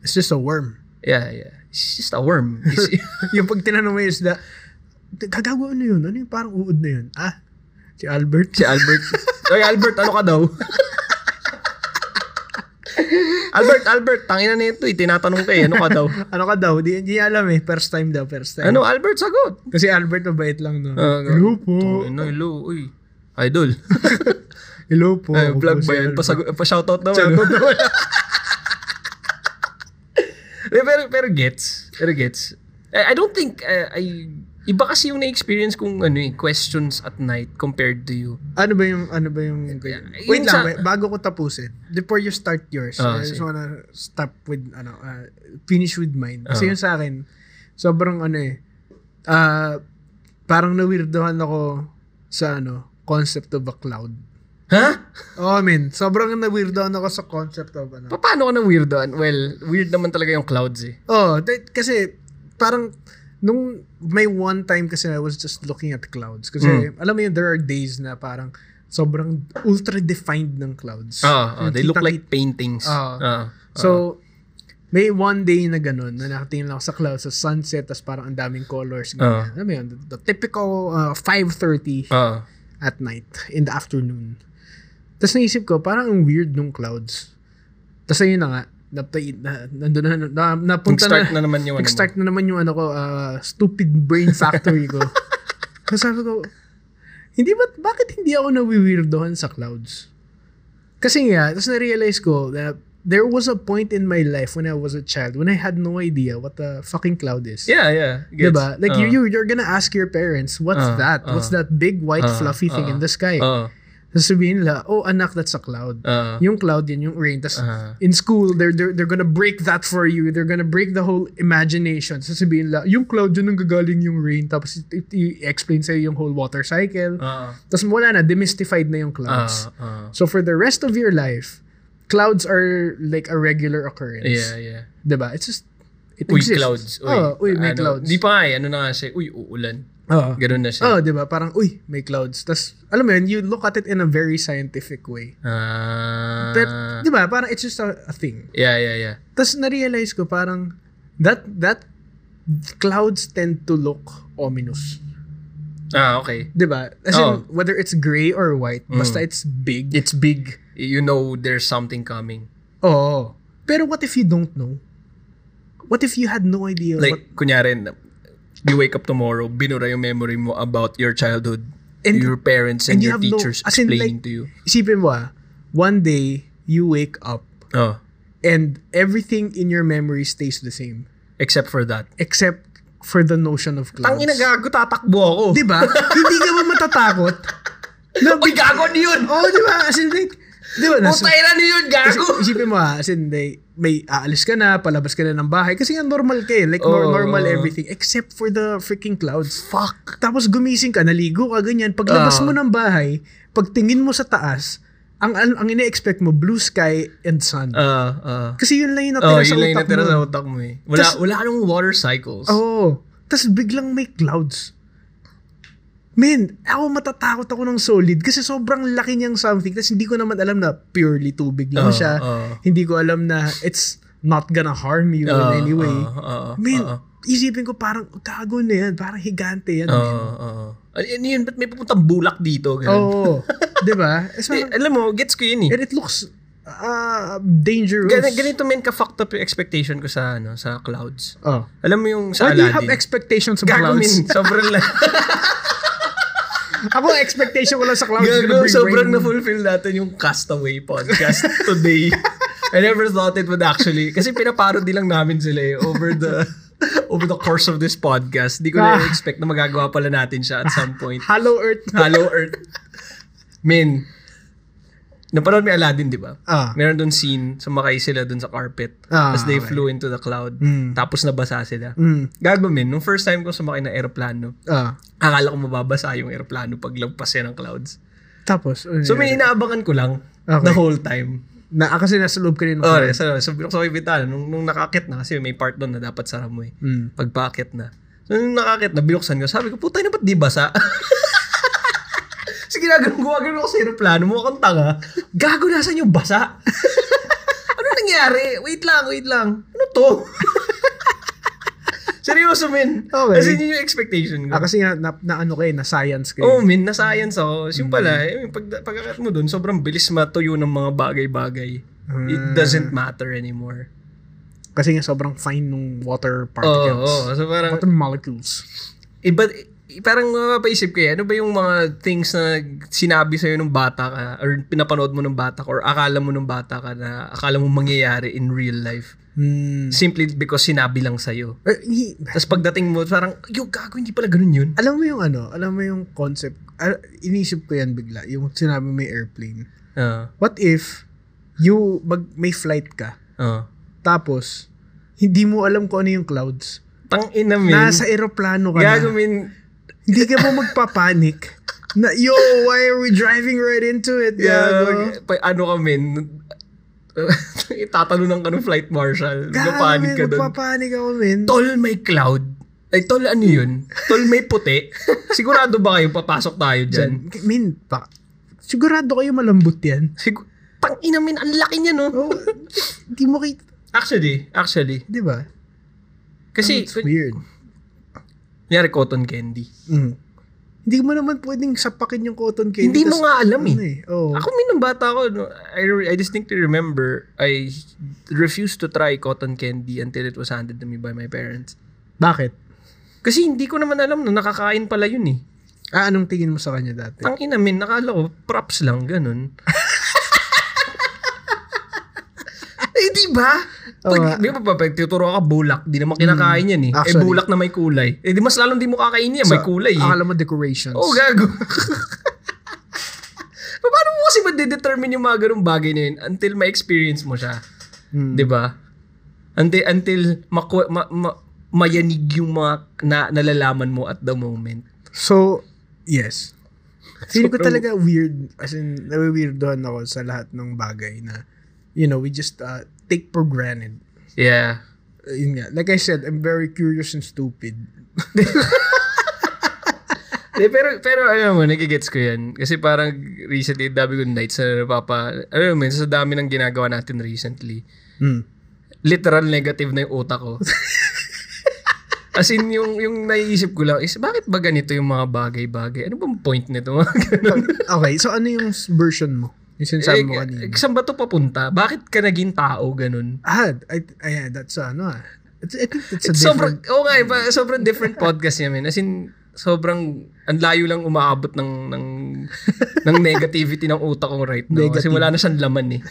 S2: It's just a worm.
S1: Yeah, yeah. It's just a worm. It's-
S2: yung pag tinanong mo yung isda, gagawa ano yun? Ano yung parang uod na yun? Ah, si Albert.
S1: si Albert. Oy, Albert, ano ka daw? Albert, Albert, tangina na ito eh. Tinatanong ka eh. Ano ka daw?
S2: Ano ka daw? Di, di niya alam eh. First time daw, first time.
S1: Ano, Albert, sagot.
S2: Kasi Albert mabait lang no.
S1: Ah,
S2: hello po.
S1: Ano, hello, uy. Idol.
S2: Hello po.
S1: Eh,
S2: Ako
S1: vlog
S2: po
S1: ba
S2: si
S1: yan?
S2: Albert.
S1: Pasagot- Pa-shoutout naman.
S2: Shoutout
S1: no? Eh, pero, pero gets. Pero gets. I, I don't think, uh, I, iba kasi yung na-experience kong ano, eh, questions at night compared to you.
S2: Ano ba yung, ano ba yung,
S1: yung
S2: wait lang,
S1: sa-
S2: wait, bago ko tapusin. Before you start yours,
S1: Ah,
S2: I just
S1: sige.
S2: wanna stop with, ano, ah, finish with mine. Kasi
S1: Ah.
S2: yung sa akin, sobrang ano eh, ah, parang na-weirdohan ako sa ano, concept of a cloud.
S1: Ha?
S2: Oh, man. Sobrang na-weirdoan ako sa concept of ano.
S1: Pa- Paano ka na weirdoan? Well, weird naman talaga yung clouds eh.
S2: Oh, that, kasi parang nung may one time kasi I was just looking at clouds. Kasi
S1: Hmm.
S2: alam mo yun, there are days na parang sobrang ultra-defined ng clouds.
S1: Ah, ah,
S2: Yung
S1: they look
S2: kitang-
S1: like paintings.
S2: Ah.
S1: Ah,
S2: So, may one day na ganun, na nakatingin lang ako sa clouds, sa sunset, tapos parang ang daming colors. Ganyan. Alam mo yun, the, the typical uh, 5.30
S1: ah.
S2: at night, in the afternoon. Tapos naisip ko, parang ang weird nung clouds. Tapos ayun na nga, napay, na, nandun na, na, napunta
S1: Nag-start
S2: na,
S1: na naman yung ano mo.
S2: nag-start na naman yung ano ko, ah, stupid brain factory ko. Tapos sabi ko, hindi ba, bakit hindi ako nawiwirdohan sa clouds? Kasi nga, tapos na-realize ko na there was a point in my life when I was a child when I had no idea what the fucking cloud is.
S1: Yeah, yeah. Gets.
S2: Diba? Like
S1: Ah,
S2: you, you, you're gonna ask your parents, what's
S1: Ah,
S2: that? what's that big white
S1: ah,
S2: fluffy thing
S1: ah,
S2: in the sky?
S1: ah,
S2: Sasabihin nila, oh anak, that's a cloud.
S1: ah,
S2: yung cloud yun, yung rain. Tapos
S1: ah.
S2: in school, they're, they're, they're gonna break that for you. They're gonna break the whole imagination. Sasabihin nila, yung cloud yun ang gagaling yung rain. Tapos it- it- i-explain sa'yo yung whole water cycle.
S1: Ah,
S2: Tapos wala na, demystified na yung
S1: ah,
S2: clouds.
S1: ah.
S2: So for the rest of your life, clouds are like a regular occurrence.
S1: Yeah, yeah.
S2: Diba? It's just, it
S1: Uy,
S2: exists.
S1: clouds. Uy,
S2: Oo, uy, may
S1: ano,
S2: clouds.
S1: Di pa nga eh. Ano na nga siya? Uy, uulan.
S2: Oo.
S1: Ganun na siya.
S2: Oo, diba? Parang, uy, may clouds. Tapos, alam mo yun, you look at it in a very scientific way.
S1: Ah.
S2: Pero, diba? Parang it's just a, a thing.
S1: yeah, yeah, yeah.
S2: Tapos, na-realize ko parang, that, that, clouds tend to look ominous.
S1: Ah, okay.
S2: Diba? As
S1: Oo.
S2: in, whether it's gray or white, basta it's big.
S1: Oh. Mm. It's big. You know there's something coming.
S2: Oo. Pero what if you don't know? What if you had no idea
S1: Like,
S2: what
S1: kunyari, na- you wake up tomorrow, binura yung memory mo about your childhood,
S2: And-
S1: your parents, and,
S2: and you
S1: your
S2: have no-
S1: teachers
S2: as in,
S1: explaining
S2: like-
S1: to you.
S2: Isipin mo ah, one day, you wake up
S1: Oh,
S2: and everything in your memory stays the same.
S1: except for that.
S2: Except for the notion of clouds.
S1: Tang ina gago, tatakbo ako.
S2: Di ba? Hindi ka ba matatakot? Na,
S1: Uy, gago na yun!
S2: oh, di ba? As in, like, di ba? Nas,
S1: Putay na yun, gago!
S2: isi- isipin mo ah, as in, like, may aalis ka na, palabas ka na ng bahay. Kasi nga normal ka eh. Like,
S1: Oo.
S2: nor- normal everything. Except for the freaking clouds. Fuck. Tapos gumising ka, naligo ka, ganyan. Paglabas
S1: Oo.
S2: mo ng bahay, pagtingin mo sa taas, ang, ang, ang ina-expect mo, blue sky and sun.
S1: Ah, ah.
S2: Kasi yun lang yung
S1: Oh,
S2: natira sa
S1: yun lang yung
S2: utak
S1: natira
S2: mo.
S1: sa utak mo eh. Wala,
S2: Tas-
S1: wala ka nung water cycles.
S2: Oo. Oh, Tapos biglang may clouds. Men, ako matatakot ako ng solid kasi sobrang laki niyang something. Tapos hindi ko naman alam na purely tubig lang
S1: Oo,
S2: siya.
S1: oo.
S2: Hindi ko alam na it's not gonna harm you in
S1: Ah,
S2: any way.
S1: ah, ah,
S2: Men,
S1: ah, ah.
S2: isipin ko parang gago na yan. Parang higante yan.
S1: Oo,
S2: men.
S1: oo. Ano ano yun? Ba't may pupuntang bulak dito? Ganun.
S2: Oo. diba? It's
S1: Eh,
S2: parang,
S1: alam mo, gets ko yun eh.
S2: and Oh. it looks uh, dangerous.
S1: Gan- ganito men, ka-fucked up yung expectation ko sa ano sa clouds.
S2: Oh.
S1: Alam mo yung sa
S2: Why do you have
S1: Aladdin?
S2: expectations of
S1: Gago
S2: clouds?
S1: men, sobrang la-
S2: Ako, expectation ko lang sa clouds.
S1: Gago,
S2: gonna bring
S1: sobrang
S2: rain.
S1: na-fulfill natin yung Castaway podcast today. I never thought it would actually, kasi pinaparody lang namin sila eh, over the over the course of this podcast. Di ko
S2: Ah.
S1: na-expect na magagawa pala natin siya at some point.
S2: Hollow Earth.
S1: Hello Earth. Men, napanood may Aladdin, di ba?
S2: Ah.
S1: Meron doon scene, sumakay sila doon sa carpet.
S2: Ah,
S1: as they
S2: okay.
S1: flew into the cloud.
S2: Mm.
S1: Tapos nabasa sila.
S2: Mm.
S1: Gago men, nung first time ko sumakay na aeroplano,
S2: Ah.
S1: akala ko mababasa yung aeroplano pag lagpas yan ng clouds.
S2: Tapos, uh,
S1: So may inaabangan ko lang
S2: Okay.
S1: the whole time.
S2: na, ah, kasi nasa loob ka rin. ng
S1: Oh,
S2: cloud.
S1: so, so, so, may bintana, nung, nung nakakit na, kasi may part doon na dapat sara mo eh.
S2: Mm.
S1: Pagpakit na. So nung nakakit na, binuksan ko, sabi ko, putay na ba't di basa? Kasi ginagano, gumagano ako sa aeroplano, mukha kang tanga. Gago, nasan yung basa? ano nangyari? Wait lang, wait lang. Ano to? Seryoso, men.
S2: Okay.
S1: Kasi yun yung expectation
S2: Ah,
S1: ko.
S2: kasi nga, na, na ano ka eh, na science ka eh.
S1: Oo, oh, men, na-science ako. Yung
S2: Mm.
S1: pala, eh, pag, pagkakat mo dun, sobrang bilis matuyo ng mga bagay-bagay. It
S2: Ah.
S1: doesn't matter anymore.
S2: Kasi nga, sobrang fine nung
S1: Oo,
S2: water particles.
S1: oo. so parang,
S2: Water molecules.
S1: iba, i- parang mapapaisip ko eh, ano ba yung mga things na sinabi sa'yo nung bata ka or pinapanood mo nung bata ka or akala mo nung bata ka na akala mo mangyayari in real life
S2: Mm.
S1: simply because sinabi lang sa'yo.
S2: Eh, hi-
S1: Tapos pagdating mo, parang, yo, gago, hindi pala ganun yun.
S2: alam mo yung ano, alam mo yung concept, ah, inisip ko yan bigla, yung sinabi may airplane.
S1: Oo,
S2: What if, you, mag, may flight ka,
S1: oo.
S2: tapos, hindi mo alam kung ano yung clouds.
S1: Tang ina, min.
S2: Nasa aeroplano ka na.
S1: Gago, min.
S2: Hindi ka mo magpapanik. Na, yo, why are we driving right into it? Gago.
S1: Gago. Pa- ano ka, min. Itatanong ka ng ano, flight marshal.
S2: Gago,
S1: Magpapanik
S2: men.
S1: ka doon.
S2: Magpapanik ako, men.
S1: Tol, may cloud. Ay, tol, ano yun? Tol, may puti. Sigurado ba kayo papasok tayo dyan?
S2: Min, pa, sigurado kayo malambot yan.
S1: Sigur- Tang ina min, ang laki niya, no?
S2: Oh, di mo kay...
S1: Actually, actually.
S2: Di ba?
S1: Kasi,
S2: It's weird.
S1: kunyari cotton candy.
S2: Mm. Hindi mo naman pwedeng sapakin yung cotton candy.
S1: Hindi mo
S2: tas-
S1: nga alam
S2: ano
S1: eh.
S2: eh. Oo.
S1: Ako min, nung bata ako, no, I, re- I distinctly remember, I refused to try cotton candy until it was handed to me by my parents.
S2: Bakit?
S1: Kasi hindi ko naman alam na nakakain pala yun eh.
S2: Ah, anong tingin mo sa kanya dati?
S1: Tang ina min, nakala ko, props lang, ganun. eh, di ba?
S2: Oo
S1: Pag,
S2: nga.
S1: di ba, pag pag tuturo ka bulak, di naman kinakain yan eh. eh,
S2: Actually.
S1: bulak na may kulay. Eh, di mas lalong di mo kakainin yan, may
S2: Sa-
S1: kulay eh.
S2: Akala mo decorations.
S1: Oo, oh, gago. Pa- Paano mo kasi madedetermine yung mga ganung bagay na yun until ma-experience mo siya?
S2: Mm.
S1: 'Di ba? Until, until maku- ma- ma- mayanig yung mga na- nalalaman mo at the moment.
S2: So, yes. Feeling ko
S1: Sobrang-
S2: talaga weird, as in, nawiwirdohan ako sa lahat ng bagay na you know, we just uh, take for granted.
S1: Yeah.
S2: Uh, yun nga. Like I said, I'm very curious and stupid.
S1: Eh, pero, pero alam mo, nagigets ko yan. Kasi parang recently, dami kong nights na napapa... Alam mo, sa dami ng ginagawa natin recently,
S2: Mm.
S1: literal negative na yung utak ko. As in, yung, yung naiisip ko lang is, bakit ba ganito yung mga bagay-bagay? Ano bang point nito? Mga ganun.
S2: Okay, so ano yung s- version mo? Yung sinasabi mo
S1: Eh,
S2: kanina.
S1: saan ba to papunta? Bakit ka naging tao ganun?
S2: Ah, I, I, that's uh, ano ah. It's, I think it's a
S1: It's
S2: different...
S1: sobrang, oo nga, iba, sobrang different podcast niya, man. As in, sobrang, ang layo lang umaabot ng, ng, ng negativity ng utak ko right now. Kasi
S2: Negative.
S1: wala na siyang laman eh.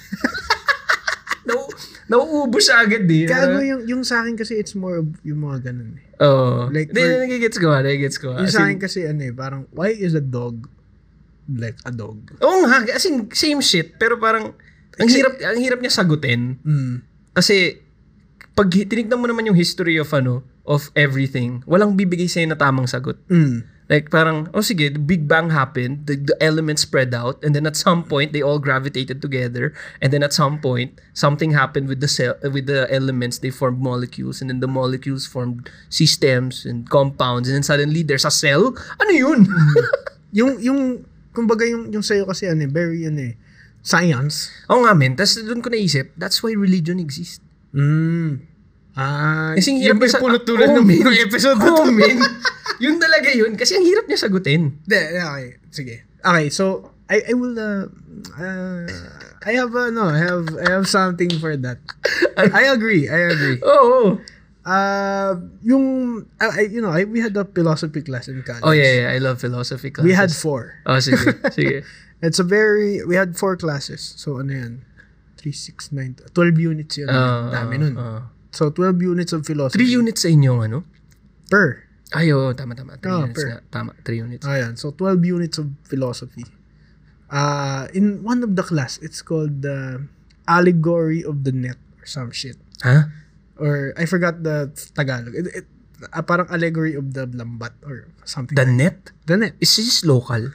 S1: Nau, nauubos siya agad eh.
S2: Gago ano yung, yung sa akin kasi it's more of yung mga ganun eh.
S1: Oo.
S2: Like,
S1: Hindi,
S2: for-
S1: nagigets ko ha, nagigets ko ha.
S2: Yung
S1: As
S2: sa akin
S1: in,
S2: kasi ano eh, parang why is a dog like a dog?
S1: oo nga, as in, same shit, pero parang, ang hirap, ang hirap niya sagutin.
S2: Mm.
S1: Kasi, pag hi- tinignan mo naman yung history of ano, of everything, walang bibigay sa'yo na tamang sagot.
S2: Mm.
S1: Like parang, oh sige, the Big Bang happened, the, the elements spread out, and then at some point, they all gravitated together, and then at some point, something happened with the cell, uh, with the elements, they formed molecules, and then the molecules formed systems and compounds, and then suddenly, there's a cell? Ano yun?
S2: Mm. Yung, yung, kumbaga yung, yung sa'yo kasi ano eh, very ano eh, science.
S1: Oo nga men, tapos doon ko naisip, that's why religion exists.
S2: Mm. Ah, oh,
S1: Kasi ang hirap
S2: yung
S1: niya sa-
S2: pinupulot-tulot
S1: Oo,
S2: ng
S1: men.
S2: ng episode na
S1: Oo
S2: to.
S1: men, yun talaga yun, kasi ang hirap niya sagutin.
S2: Hindi, okay. Sige. Okay, so I I will uh, uh I have uh, no, I have I have something for that. I agree. I agree.
S1: Oo. Oh,
S2: Uh yung uh, I- you know, I, we had a philosophy class in college.
S1: oh. yeah, yeah, I love philosophy classes.
S2: We had four.
S1: Oh, sige, sige.
S2: It's a very we had four classes. So ano yan? 3 6 9 12 units yun.
S1: Ah,
S2: Dami
S1: ah,
S2: nun.
S1: ah.
S2: So 12 units of philosophy.
S1: Three units sa inyong ano?
S2: per.
S1: Ay, oo, tama, tama. Three
S2: Ah,
S1: units
S2: per.
S1: nga. Tama, three units.
S2: Ayan, so 12 units of philosophy. Uh, in one of the class, it's called the Allegory of the Net or some shit.
S1: Ha?
S2: Or I forgot the Tagalog. It, it, ah, parang Allegory of the Lambat or something.
S1: The net?
S2: the Net.
S1: Is this local?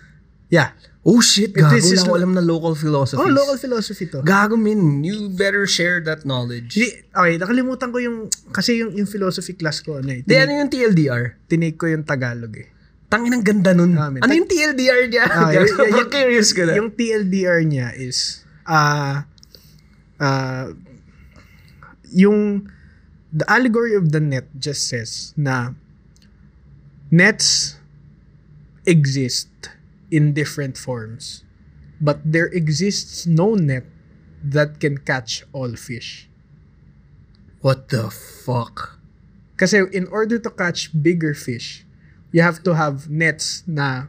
S2: Yeah.
S1: Oh shit,
S2: It
S1: gago.
S2: is
S1: Wala
S2: just
S1: ko
S2: lo-
S1: alam na local philosophies.
S2: Oh, local philosophy to.
S1: Gago, min. You better share that knowledge.
S2: Hindi, okay, nakalimutan ko yung, kasi yung, yung philosophy class ko, ano eh,
S1: Di,
S2: tinake,
S1: ano yung TLDR?
S2: tinake ko yung Tagalog eh.
S1: Tangin ang ganda nun.
S2: Ah, men.
S1: ano yung TLDR niya?
S2: Ah,
S1: Gago,
S2: y- y-
S1: parang curious ko na.
S2: Yung TLDR niya is ah ah yung the allegory of the net just says na nets exist in different forms but there exists no net that can catch all fish.
S1: What the fuck?
S2: Kasi in order to catch bigger fish, you have to have nets na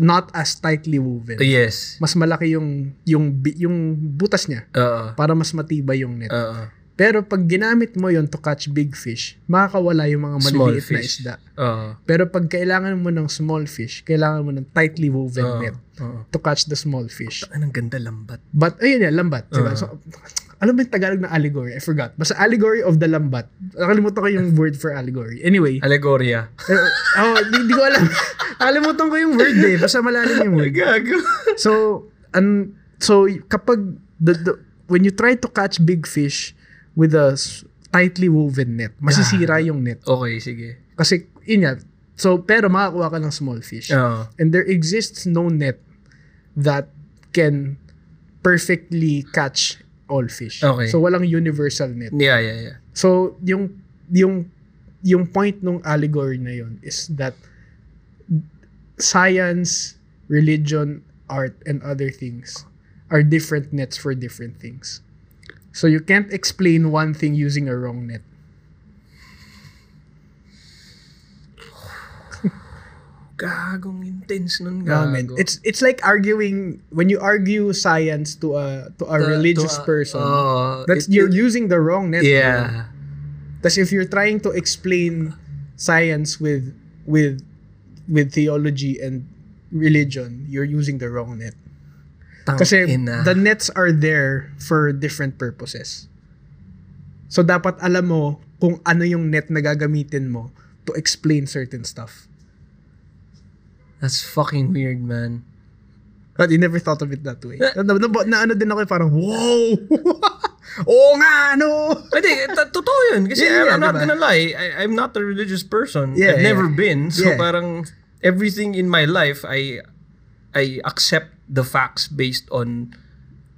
S2: not as tightly woven.
S1: Uh, Yes.
S2: mas malaki yung yung bi- yung butas niya
S1: Oo.
S2: para mas matibay yung net.
S1: Oo.
S2: Pero pag ginamit mo yon to catch big fish, makakawala yung mga
S1: Small
S2: maliliit na
S1: fish.
S2: isda.
S1: Oo.
S2: Pero pag kailangan mo ng small fish, kailangan mo ng tightly woven
S1: Oo.
S2: net
S1: Oo.
S2: to catch the small fish.
S1: Tangin ang Uh, ganda lambat.
S2: But ayun yan, lambat, diba?
S1: Oo.
S2: So alam mo yung Tagalog na allegory? I forgot. Basta allegory of the lambat. Nakalimutan ko yung word for allegory. Anyway,
S1: Allegoria.
S2: eh, oh, hindi ko alam. Nakalimutan ko yung word eh. Basta malalim yung word.
S1: Gago.
S2: So, an so kapag the, the when you try to catch big fish with a s- tightly woven net, masisira yung net.
S1: Okay, sige.
S2: Kasi yun nga. So, pero makakuha ka ng small fish.
S1: Oo.
S2: And there exists no net that can perfectly catch all fish.
S1: Okay.
S2: So, walang universal net.
S1: Yeah, yeah, yeah.
S2: So, yung yung yung point nung allegory na yun is that science, religion, art, and other things are different nets for different things. So you can't explain one thing using a wrong net.
S1: Gagong intense nun, gago.
S2: Ramen. It's it's like arguing when you argue science to a to a
S1: To-
S2: religious
S1: to, uh,
S2: person.
S1: oh,
S2: that's
S1: it-
S2: you're using the wrong net.
S1: Yeah.
S2: That's if you're trying to explain science with with with theology and religion, you're using the wrong net.
S1: Tang
S2: Kasi
S1: ina.
S2: the nets are there for different purposes. So dapat alam mo kung ano yung net na gagamitin mo to explain certain stuff.
S1: That's fucking weird, man.
S2: But you never thought of it that way. Na, na, na, ano din ako, parang, wow! Oo nga, ano!
S1: Hindi, t- totoo yun. Kasi
S2: Yeah, yeah,
S1: I'm not
S2: diba?
S1: gonna lie, I, I'm not a religious person.
S2: Yeah,
S1: I've
S2: yeah.
S1: never been. So
S2: Yeah.
S1: parang everything in my life, I I accept the facts based on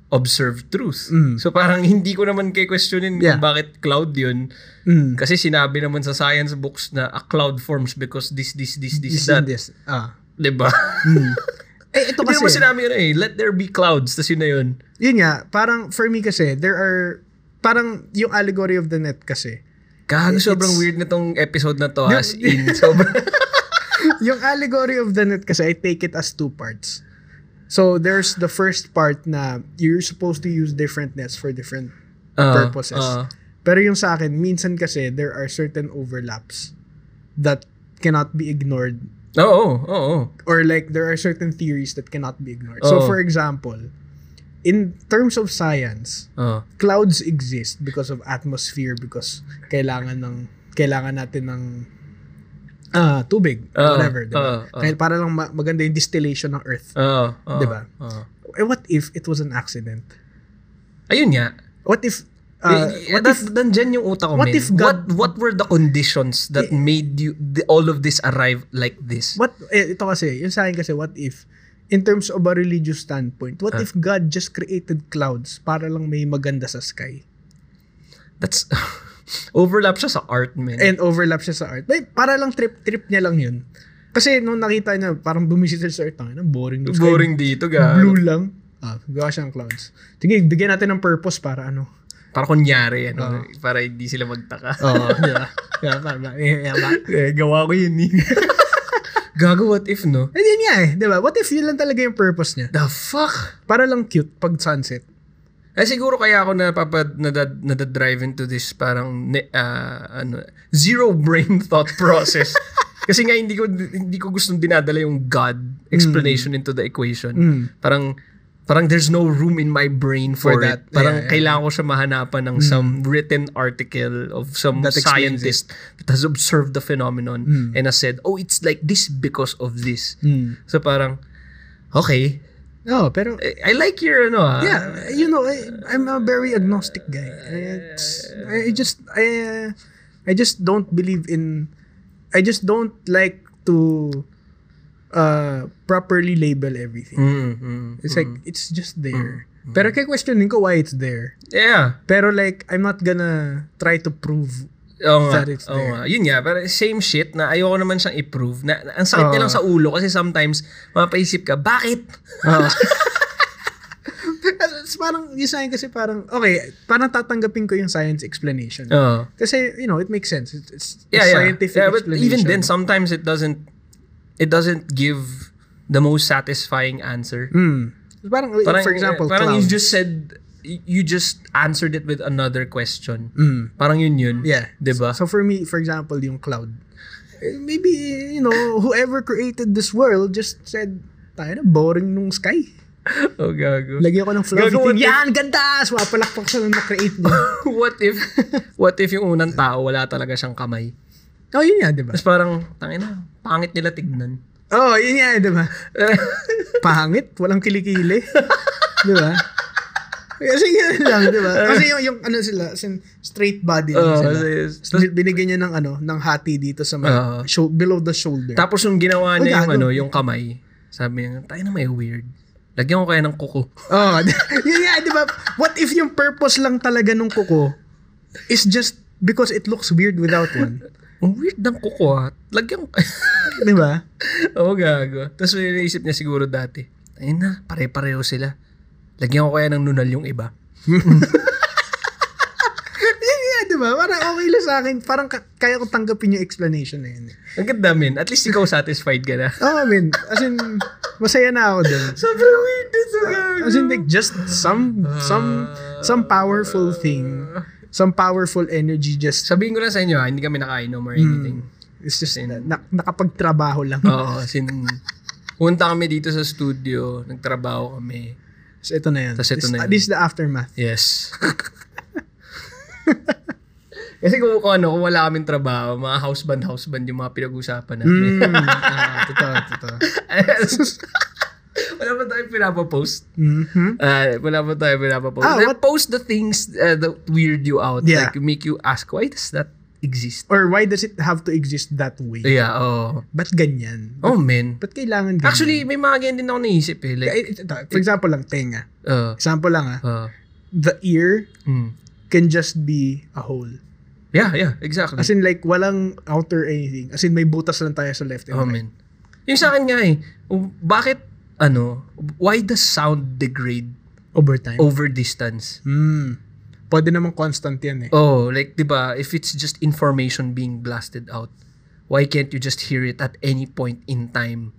S1: observed truth. So parang hindi ko naman kay questionin
S2: Mm. Yeah.
S1: kung bakit cloud yun.
S2: Mm.
S1: Kasi sinabi naman sa science books na a cloud forms because this, this, this, this,
S2: This
S1: that.
S2: and this. Ah.
S1: Diba?
S2: Eh, ito
S1: Hindi
S2: kasi,
S1: naman sinabi yun eh, let there be clouds. Tapos yun na yun.
S2: yun nga, parang for me kasi, there are, parang yung allegory of the net kasi,
S1: Gago, sobrang
S2: It's-
S1: weird na tong episode na to. As
S2: Di-
S1: in, sobrang...
S2: yung allegory of the net kasi, I take it as two parts. So, there's the first part na you're supposed to use different nets for different
S1: Ah,
S2: Purposes.
S1: ah.
S2: Pero yung sa akin, minsan kasi there are certain overlaps that cannot be ignored
S1: Oo, oo, oo.
S2: or like there are certain theories that cannot be ignored. So
S1: Oo.
S2: for example, in terms of science,
S1: Oo. Ah,
S2: clouds exist because of atmosphere because kailangan ng kailangan natin ng ah tubig
S1: Oo,
S2: whatever,
S1: oo,
S2: diba?
S1: oo.
S2: Kahit para lang ma- maganda yung distillation ng earth.
S1: Oo, oo,
S2: Diba?
S1: oo.
S2: Eh what if it was an accident?
S1: Ayun nga.
S2: What if ah,
S1: Eh,
S2: what
S1: that,
S2: if
S1: nandyan yung utak ko,
S2: what
S1: men.
S2: if God- Eh-
S1: what, what were the conditions that made you the, all of this arrive like this?
S2: What eh, ito kasi, yung sa akin kasi what if in terms of a religious standpoint,
S1: Ah.
S2: what if God just created clouds para lang may maganda sa sky?
S1: That's... overlap siya sa art, man.
S2: And overlap siya sa art. May, para lang trip trip niya lang 'yun. Kasi nung nakita niya, parang bumisita siya sa art, ang boring nung sky.
S1: Boring dito, ga.
S2: eh, Blue lang. Ah, gawa siya ng clouds. Sige, bigyan natin ng purpose para ano.
S1: Para kunyari, ano,
S2: Oo.
S1: para hindi sila magtaka.
S2: Oo, di ba? Yeah, para, yeah,
S1: eh,
S2: yeah,
S1: gawa ko yun, eh. Gago, what if, no?
S2: And yun nga eh, di ba? What if yun lang talaga yung purpose niya?
S1: The fuck?
S2: Para lang cute pag sunset.
S1: Eh, siguro kaya ako napapad, nadad, nadadrive into this parang ne- ah, ano, zero brain thought process. Kasi nga hindi ko hindi ko gustong dinadala yung God explanation into the equation.
S2: Mm.
S1: Parang parang there's no room in my brain for,
S2: For
S1: that.
S2: that.
S1: Parang
S2: Yeah, yeah.
S1: kailangan ko siya mahanapan ng some written article of some
S2: That explains
S1: scientist that has observed the phenomenon and has said, "Oh, it's like this because of this."
S2: Mm.
S1: So parang okay,
S2: Oo, pero
S1: I, I like your ano ah.
S2: Yeah, you know, I, I'm a very agnostic guy. It's, I I just I uh, I just don't believe in I just don't like to uh properly label everything.
S1: Mm, mm.
S2: It's like it's just there. Pero kaya questionin ko why it's there.
S1: Yeah.
S2: Pero like I'm not gonna try to prove.
S1: Oo nga.
S2: That it's
S1: Oo
S2: there.
S1: nga. Yun nga, pero same shit na ayoko naman siyang i-prove. Na, na- ang sakit niya
S2: Oo.
S1: lang sa ulo kasi sometimes mapaisip ka, bakit?
S2: It's parang yung science kasi parang okay, parang tatanggapin ko yung science explanation.
S1: Oo.
S2: Kasi you know, it makes sense. It's, it's
S1: Yeah,
S2: a
S1: yeah.
S2: scientific
S1: yeah, but
S2: explanation.
S1: even then, sometimes it doesn't it doesn't give the most satisfying answer.
S2: Mm. Parang,
S1: Parang,
S2: for example,
S1: parang
S2: clown.
S1: you just said, you just answered it with another question.
S2: Mm.
S1: Parang yun yun.
S2: Yeah.
S1: Diba?
S2: So for me, for example, yung cloud. Eh, Maybe, you know, whoever created this world just said, tayo na, boring nung sky.
S1: oh, gago.
S2: Lagyan ko ng fluffy
S1: Gagawa
S2: thing.
S1: din-
S2: Yan, ganda! Swapalakpak siya nung na-create niya.
S1: what if, what if yung unang tao wala talaga siyang kamay?
S2: oh, yun yan, diba?
S1: Tapos parang, tangin na, pangit nila tignan.
S2: Oh, yun yan, diba? Pangit, walang kilikili. diba? Kasi yun lang, diba? Kasi yung, yung ano sila, as in, straight body lang
S1: Oo,
S2: sila.
S1: kasi-
S2: Tapos binigyan niya ng ano, ng hati dito sa may,
S1: Oo.
S2: shou- below the shoulder.
S1: Tapos yung ginawa
S2: Uy,
S1: niya yung
S2: gago.
S1: ano, yung kamay. Sabi niya, tayo na may weird. Lagyan ko kaya ng kuko.
S2: Oh, yun nga, di ba? What if yung purpose lang talaga nung kuko is just because it looks weird without one?
S1: Ang weird ng kuko ha. Lagyan ko.
S2: Di ba?
S1: Oo, gago. Tapos may naisip niya siguro dati. Ayun na, pare-pareho sila. Lagyan ko kaya ng nunal yung iba.
S2: Yun nga, di ba? Parang okay lang sa akin. Parang ka- kaya kong tanggapin yung explanation na yun. eh.
S1: Ang ganda, men. At least ikaw satisfied ka na.
S2: Oo, oh, I mean, as in, masaya na ako dun.
S1: Sobrang weird nito, gago.
S2: As in, like, just some, some,
S1: Uh,
S2: some powerful thing, some powerful energy just,
S1: Sabihin ko lang sa inyo ha, hindi kami nakainom or anything.
S2: it's just, na, nakapagtrabaho lang.
S1: Oo, sin Punta kami dito sa studio, nagtrabaho kami.
S2: So, ito na yun.
S1: Tas ito
S2: this,
S1: na yun.
S2: this is the aftermath.
S1: Yes. Kasi kung, kung ano, kung wala kaming trabaho, mga houseband, Hmm. houseband yung mga pinag-usapan namin.
S2: Mm, ah, totoo, totoo.
S1: Wala ba tayong pinapapost?
S2: Mhm.
S1: Uh, wala ba tayong pinapapost?
S2: Ah,
S1: Then
S2: what-
S1: Post the things uh, that weird you out.
S2: Yeah.
S1: Like make you ask, why does that exist?
S2: Or why does it have to exist that way?
S1: Yeah, oh.
S2: Ba't ganyan?
S1: Oh, man.
S2: Ba't kailangan ganyan?
S1: Actually, may mga ganyan din ako naisip eh. Like,
S2: Kaya- ito, for example lang, tenga.
S1: uh,
S2: Example lang ah.
S1: uh,
S2: The ear
S1: mm.
S2: can just be a hole.
S1: Yeah, yeah, exactly.
S2: As in like, walang outer anything. As in may butas lang tayo sa left and
S1: Oh,
S2: right.
S1: man. Yung sa akin nga eh, bakit, ano, why does sound degrade
S2: Over time.
S1: over distance?
S2: Hmm. Pwede naman constant yan eh.
S1: Oh, like, di ba, if it's just information being blasted out, why can't you just hear it at any point in time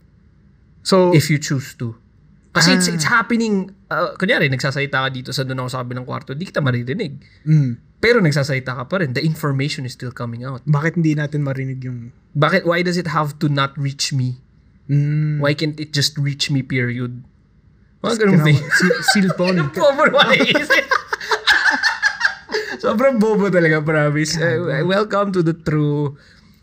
S2: So,
S1: if you choose to? Kasi it's,
S2: Ah.
S1: it's happening, uh, kunyari, nagsasalita ka dito sa doon ako sa kabilang kwarto, di kita maririnig.
S2: hmm,
S1: Pero nagsasalita ka pa rin, the information is still coming out.
S2: bakit hindi natin marinig yung...
S1: Bakit, why does it have to not reach me?
S2: Hmm.
S1: Why can't it just reach me, period? Mga ganun
S2: Kinawa-
S1: thing.
S2: si- silpon.
S1: Ano po mo naman naisip? Sobrang bobo talaga, promise. Uh, welcome to the true...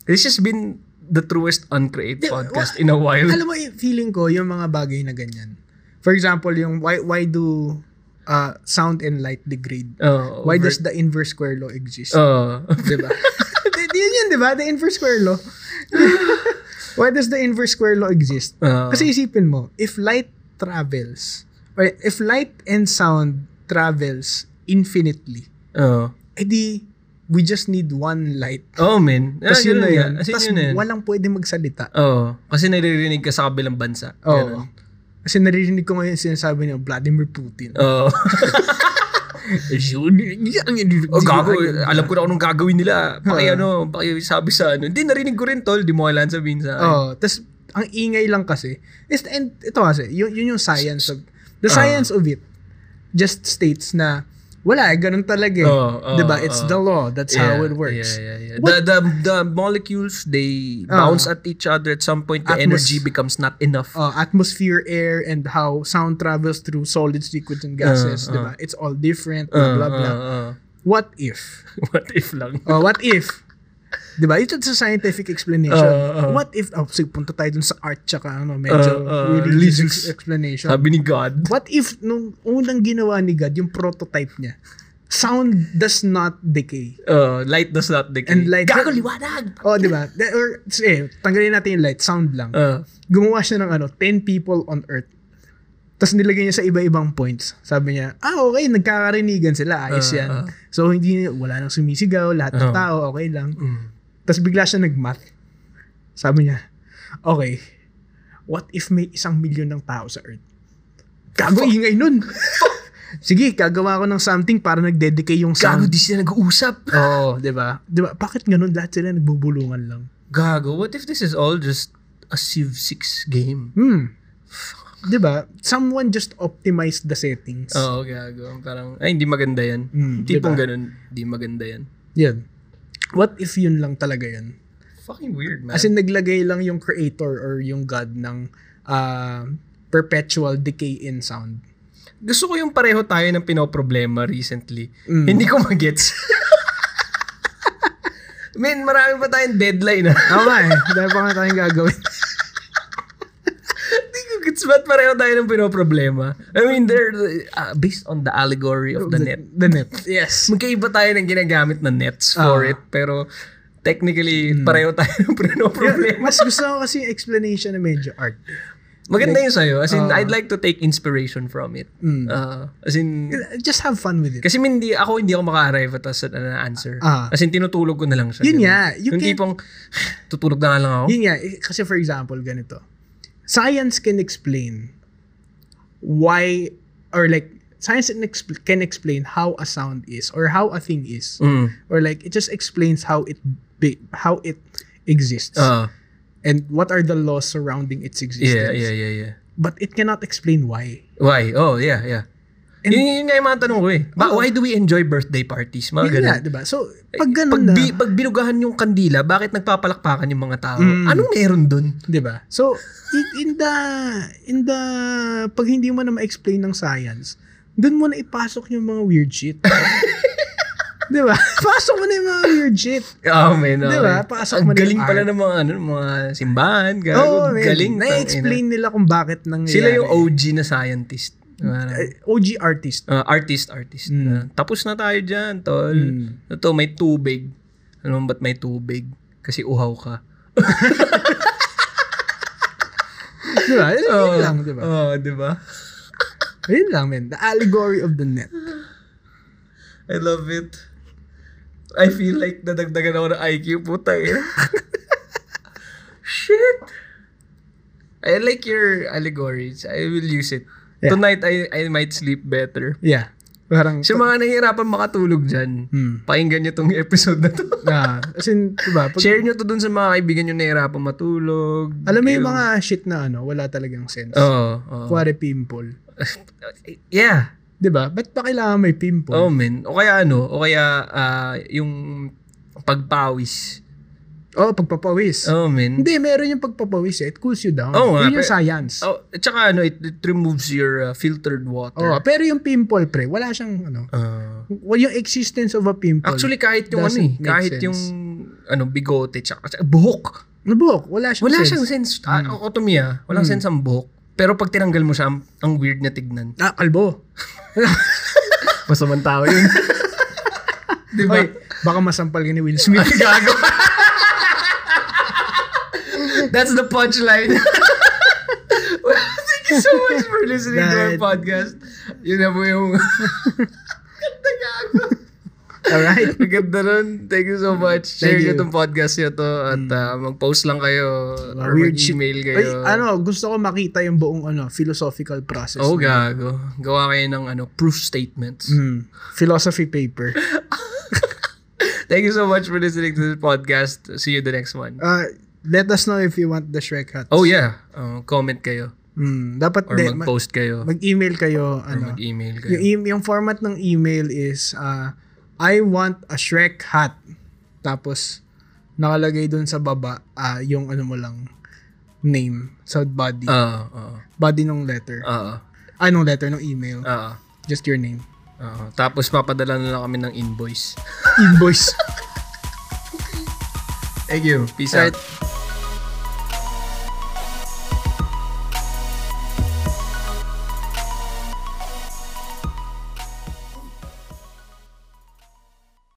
S1: This has been the truest uncreate
S2: Di-
S1: podcast in a while.
S2: Alam mo, eh, feeling ko, yung mga bagay na ganyan. For example, yung why, why do uh, sound and light degrade?
S1: Oh,
S2: Why
S1: over-
S2: does the inverse square law exist?
S1: Oh.
S2: diba? Di- yun yun, diba? The inverse square law. Why does the inverse square law exist?
S1: Oh.
S2: Kasi isipin mo, if light travels, or if light and sound travels infinitely,
S1: Oh.
S2: edi Eh, we just need one light.
S1: Oh, man. Ah,
S2: Tapos yun
S1: ganun
S2: na
S1: nga.
S2: yun.
S1: Kasi
S2: Tapos
S1: yun na yun.
S2: walang pwede magsalita.
S1: Oh, kasi naririnig ka sa kabilang bansa. Ganun.
S2: Oo. Kasi naririnig ko ngayon sinasabi niya, Vladimir Putin.
S1: Oh.
S2: Oh,
S1: Oh, gago. Alam ko na kung anong gagawin nila.
S2: Ah.
S1: Paki ano, paki sabi sa ano. Hindi, narinig ko rin, tol. Di mo kailangan sabihin sa akin.
S2: Oo. Tapos, ang ingay lang kasi. Is, and ito kasi, yun, yun yung science of, the
S1: Ah.
S2: science of it just states na, wala, eh, ganun talaga eh.
S1: Oo, oo,
S2: diba? It's
S1: oo.
S2: the law. That's how it works.
S1: Oh, Yeah, yeah, yeah. The,
S2: What-
S1: the, the molecules, they
S2: Ah.
S1: bounce at each other. At some point, the
S2: Atmos-
S1: energy becomes not enough.
S2: Uh, atmosphere, air, and how sound travels through solids, liquids, and gases.
S1: Ah,
S2: diba? It's all different,
S1: Uh,
S2: blah, blah, blah.
S1: uh, uh.
S2: What if?
S1: What if lang?
S2: Oh, what if? 'Di ba? It's a scientific explanation.
S1: Oo, oo.
S2: What if oh, sige, punta tayo dun sa art tsaka ano, medyo
S1: Oo, oo,
S2: religious
S1: religious.
S2: ex- explanation.
S1: Sabi ni God.
S2: What if nung unang ginawa ni God, yung prototype niya, sound does not decay.
S1: Uh, light does not decay.
S2: And light-
S1: Gago, liwanag!
S2: Oh, 'di ba? The- Or eh, tanggalin natin yung light, sound lang.
S1: Uh,
S2: Gumawa siya ng ano, 10 people on earth. Tapos nilagay niya sa iba-ibang points. Sabi niya, ah, okay, nagkakarinigan sila. Ayos
S1: Ah,
S2: yan.
S1: ah.
S2: So, hindi, wala nang sumisigaw. Lahat ng
S1: Ah.
S2: tao, okay lang.
S1: mm.
S2: Tapos bigla siya nag-math. Sabi niya, okay, what if may isang milyon ng tao sa Earth? Gago, ingay nun. Sige, gagawa ko ng something para nagdedicate yung
S1: Gago,
S2: sound.
S1: di sila nag-uusap.
S2: Oo, Oh, di ba? Di ba? Bakit ganun lahat sila nagbubulungan lang?
S1: Gago, what if this is all just a Civ 6 game?
S2: Hmm. Di ba? Someone just optimized the settings.
S1: Oo, Oh, gago. Parang, ay, hindi maganda yan.
S2: Mm,
S1: Tipong
S2: diba?
S1: ganun, hindi maganda yan.
S2: Yan. What if yun lang talaga yun?
S1: Fucking weird, man.
S2: As in, naglagay lang yung creator or yung god ng ah, perpetual decay in sound.
S1: gusto ko yung pareho tayo ng pinoproblema recently.
S2: Mm.
S1: Hindi ko magets. Men, marami pa tayong deadline ah.
S2: Tama eh. Dahil pa nga tayong gagawin.
S1: Hindi ko gets ba't pareho tayo ng pinoproblema. I mean, they're uh, based on the allegory of the net.
S2: The net. Yes.
S1: Magkaiba tayo ng ginagamit na nets for
S2: Ah.
S1: it, pero technically, pareho tayo ng pinoproblema.
S2: Mas gusto ko kasi yung explanation na medyo art.
S1: Maganda yun sa'yo. As in,
S2: Ah.
S1: I'd like to take inspiration from it.
S2: Mm.
S1: Ah, as in,
S2: Just have fun with it.
S1: Kasi min- hindi ako hindi ako maka-arrive at a set na answer.
S2: Ah.
S1: As in tinutulog ko na lang siya.
S2: Yun
S1: Ganun.
S2: nga, you
S1: yung
S2: can't-
S1: tipong tutulog na nga lang ako.
S2: Yun nga, eh, kasi for example, ganito. Science can explain why, or like, science can, expl- can explain how a sound is, or how a thing is.
S1: Mm.
S2: Or like, it just explains how it be- how it exists.
S1: Ah.
S2: and what are the laws surrounding its
S1: yeah,
S2: existence.
S1: yeah, yeah, yeah.
S2: But it cannot explain why.
S1: Why? Oh, yeah, yeah.
S2: And-
S1: yun, yun nga yung mga tanong ko eh. Ba,
S2: Oo.
S1: why do we enjoy birthday parties? Mga Ah,
S2: Yun
S1: ganun. Eh,
S2: nga, diba? So, pag
S1: Pag,
S2: ganun na,
S1: bi- pag binugahan yung kandila, bakit nagpapalakpakan yung mga tao?
S2: Mm.
S1: Anong meron dun?
S2: 'di ba? So i- in the in the pag hindi mo na ma-explain ng science, doon mo na ipasok yung mga weird shit. Di ba? Pasok mo na yung mga weird shit.
S1: Oh, man.
S2: Di
S1: oh,
S2: ba?
S1: man.
S2: Pasok mo
S1: Ang
S2: na yung
S1: galing pala
S2: art.
S1: ng mga, ano, mga simbahan. Gago,
S2: Oo, Oh, man.
S1: galing. tang-
S2: Na-explain nila kung bakit
S1: ina.
S2: nangyayari.
S1: Sila yung OG na scientist. Parang,
S2: Eh, OG artist.
S1: uh, artist, artist.
S2: Mm.
S1: Uh, tapos na tayo dyan, tol.
S2: Mm.
S1: Ito, may tubig. Ano ba't may tubig? Kasi uhaw ka.
S2: Di ba? Yun
S1: Oo.
S2: lang, di ba?
S1: Oo, Ah, di ba?
S2: Yun lang, man. The allegory of the net.
S1: I love it. I feel like nadagdagan ako ng IQ, puta eh. Shit! I like your allegories. I will use it.
S2: Yeah.
S1: Tonight, I, I might sleep better.
S2: Yeah. Parang,
S1: Sa mga nahihirapan makatulog dyan,
S2: Hmm.
S1: pakinggan nyo tong episode na to.
S2: Ah, as in, di ba? Pag,
S1: Share nyo to dun sa mga kaibigan nyo nahihirapan matulog.
S2: alam mo yung mga shit na ano, wala talagang sense.
S1: Oo. oo.
S2: Kuwari pimple.
S1: yeah.
S2: Di ba? Ba't pa kailangan may pimple?
S1: Oh, man. O kaya ano, o kaya ah, yung pagpawis.
S2: Oh, pagpapawis.
S1: Oh, man.
S2: Hindi, meron yung pagpapawis eh. It cools you down.
S1: Oo nga,
S2: Yun yung
S1: pero-
S2: science.
S1: Oh, at saka ano, it, it removes your uh, filtered
S2: Oh,
S1: water.
S2: pero yung pimple, pre, wala siyang ano.
S1: Uh,
S2: Well, yung existence of a pimple.
S1: actually, kahit yung ano eh,
S2: Doesn't make
S1: kahit
S2: sense.
S1: yung ano, bigote, tsaka, tsaka buhok.
S2: Nabok, wala siyang
S1: Wala
S2: sense. Hmm.
S1: siyang sense. Ah, ako tumiya, walang sense ang buhok. Pero pag tinanggal mo siya, ang, ang weird na tignan.
S2: Ah, kalbo.
S1: Masamang tao yun. Di ba?
S2: Oy, Diba? baka masampal ka ni Will Smith.
S1: Gago. That's the punchline. Well, Thank you so much for listening to our
S2: Right.
S1: podcast. Yun na po yung... Ganda gago.
S2: Alright.
S1: Ang ganda nun. Thank you so much. Share nyo
S2: Thank you. Hmm.
S1: itong podcast nyo to at ah, mag-post lang kayo or
S2: shit.
S1: mag-email kayo.
S2: Ay, ano, gusto ko makita yung buong ano, philosophical process.
S1: Oh, gago. Gawa kayo ng ano, proof statements.
S2: Mm, philosophy paper.
S1: Thank you so much for listening to this podcast. See you the next one.
S2: Uh, let us know if you want the Shrek hats.
S1: Oh, yeah. Uh, comment kayo.
S2: Mm, dapat
S1: Or
S2: de, mag-
S1: mag-post kayo.
S2: mag-email kayo.
S1: Or
S2: Ano,
S1: mag-email kayo.
S2: yung, e- em- yung format ng email is, uh, I want a Shrek hat. Tapos, nakalagay dun sa baba, ah yung ano mo lang, name sa body.
S1: Oo, oo,
S2: body ng letter.
S1: oo,
S2: Ah, nung letter, nung email.
S1: oo.
S2: Just your name.
S1: oo. Tapos papadala na lang kami ng invoice.
S2: Invoice.
S1: Thank you. Peace out.
S2: Alright.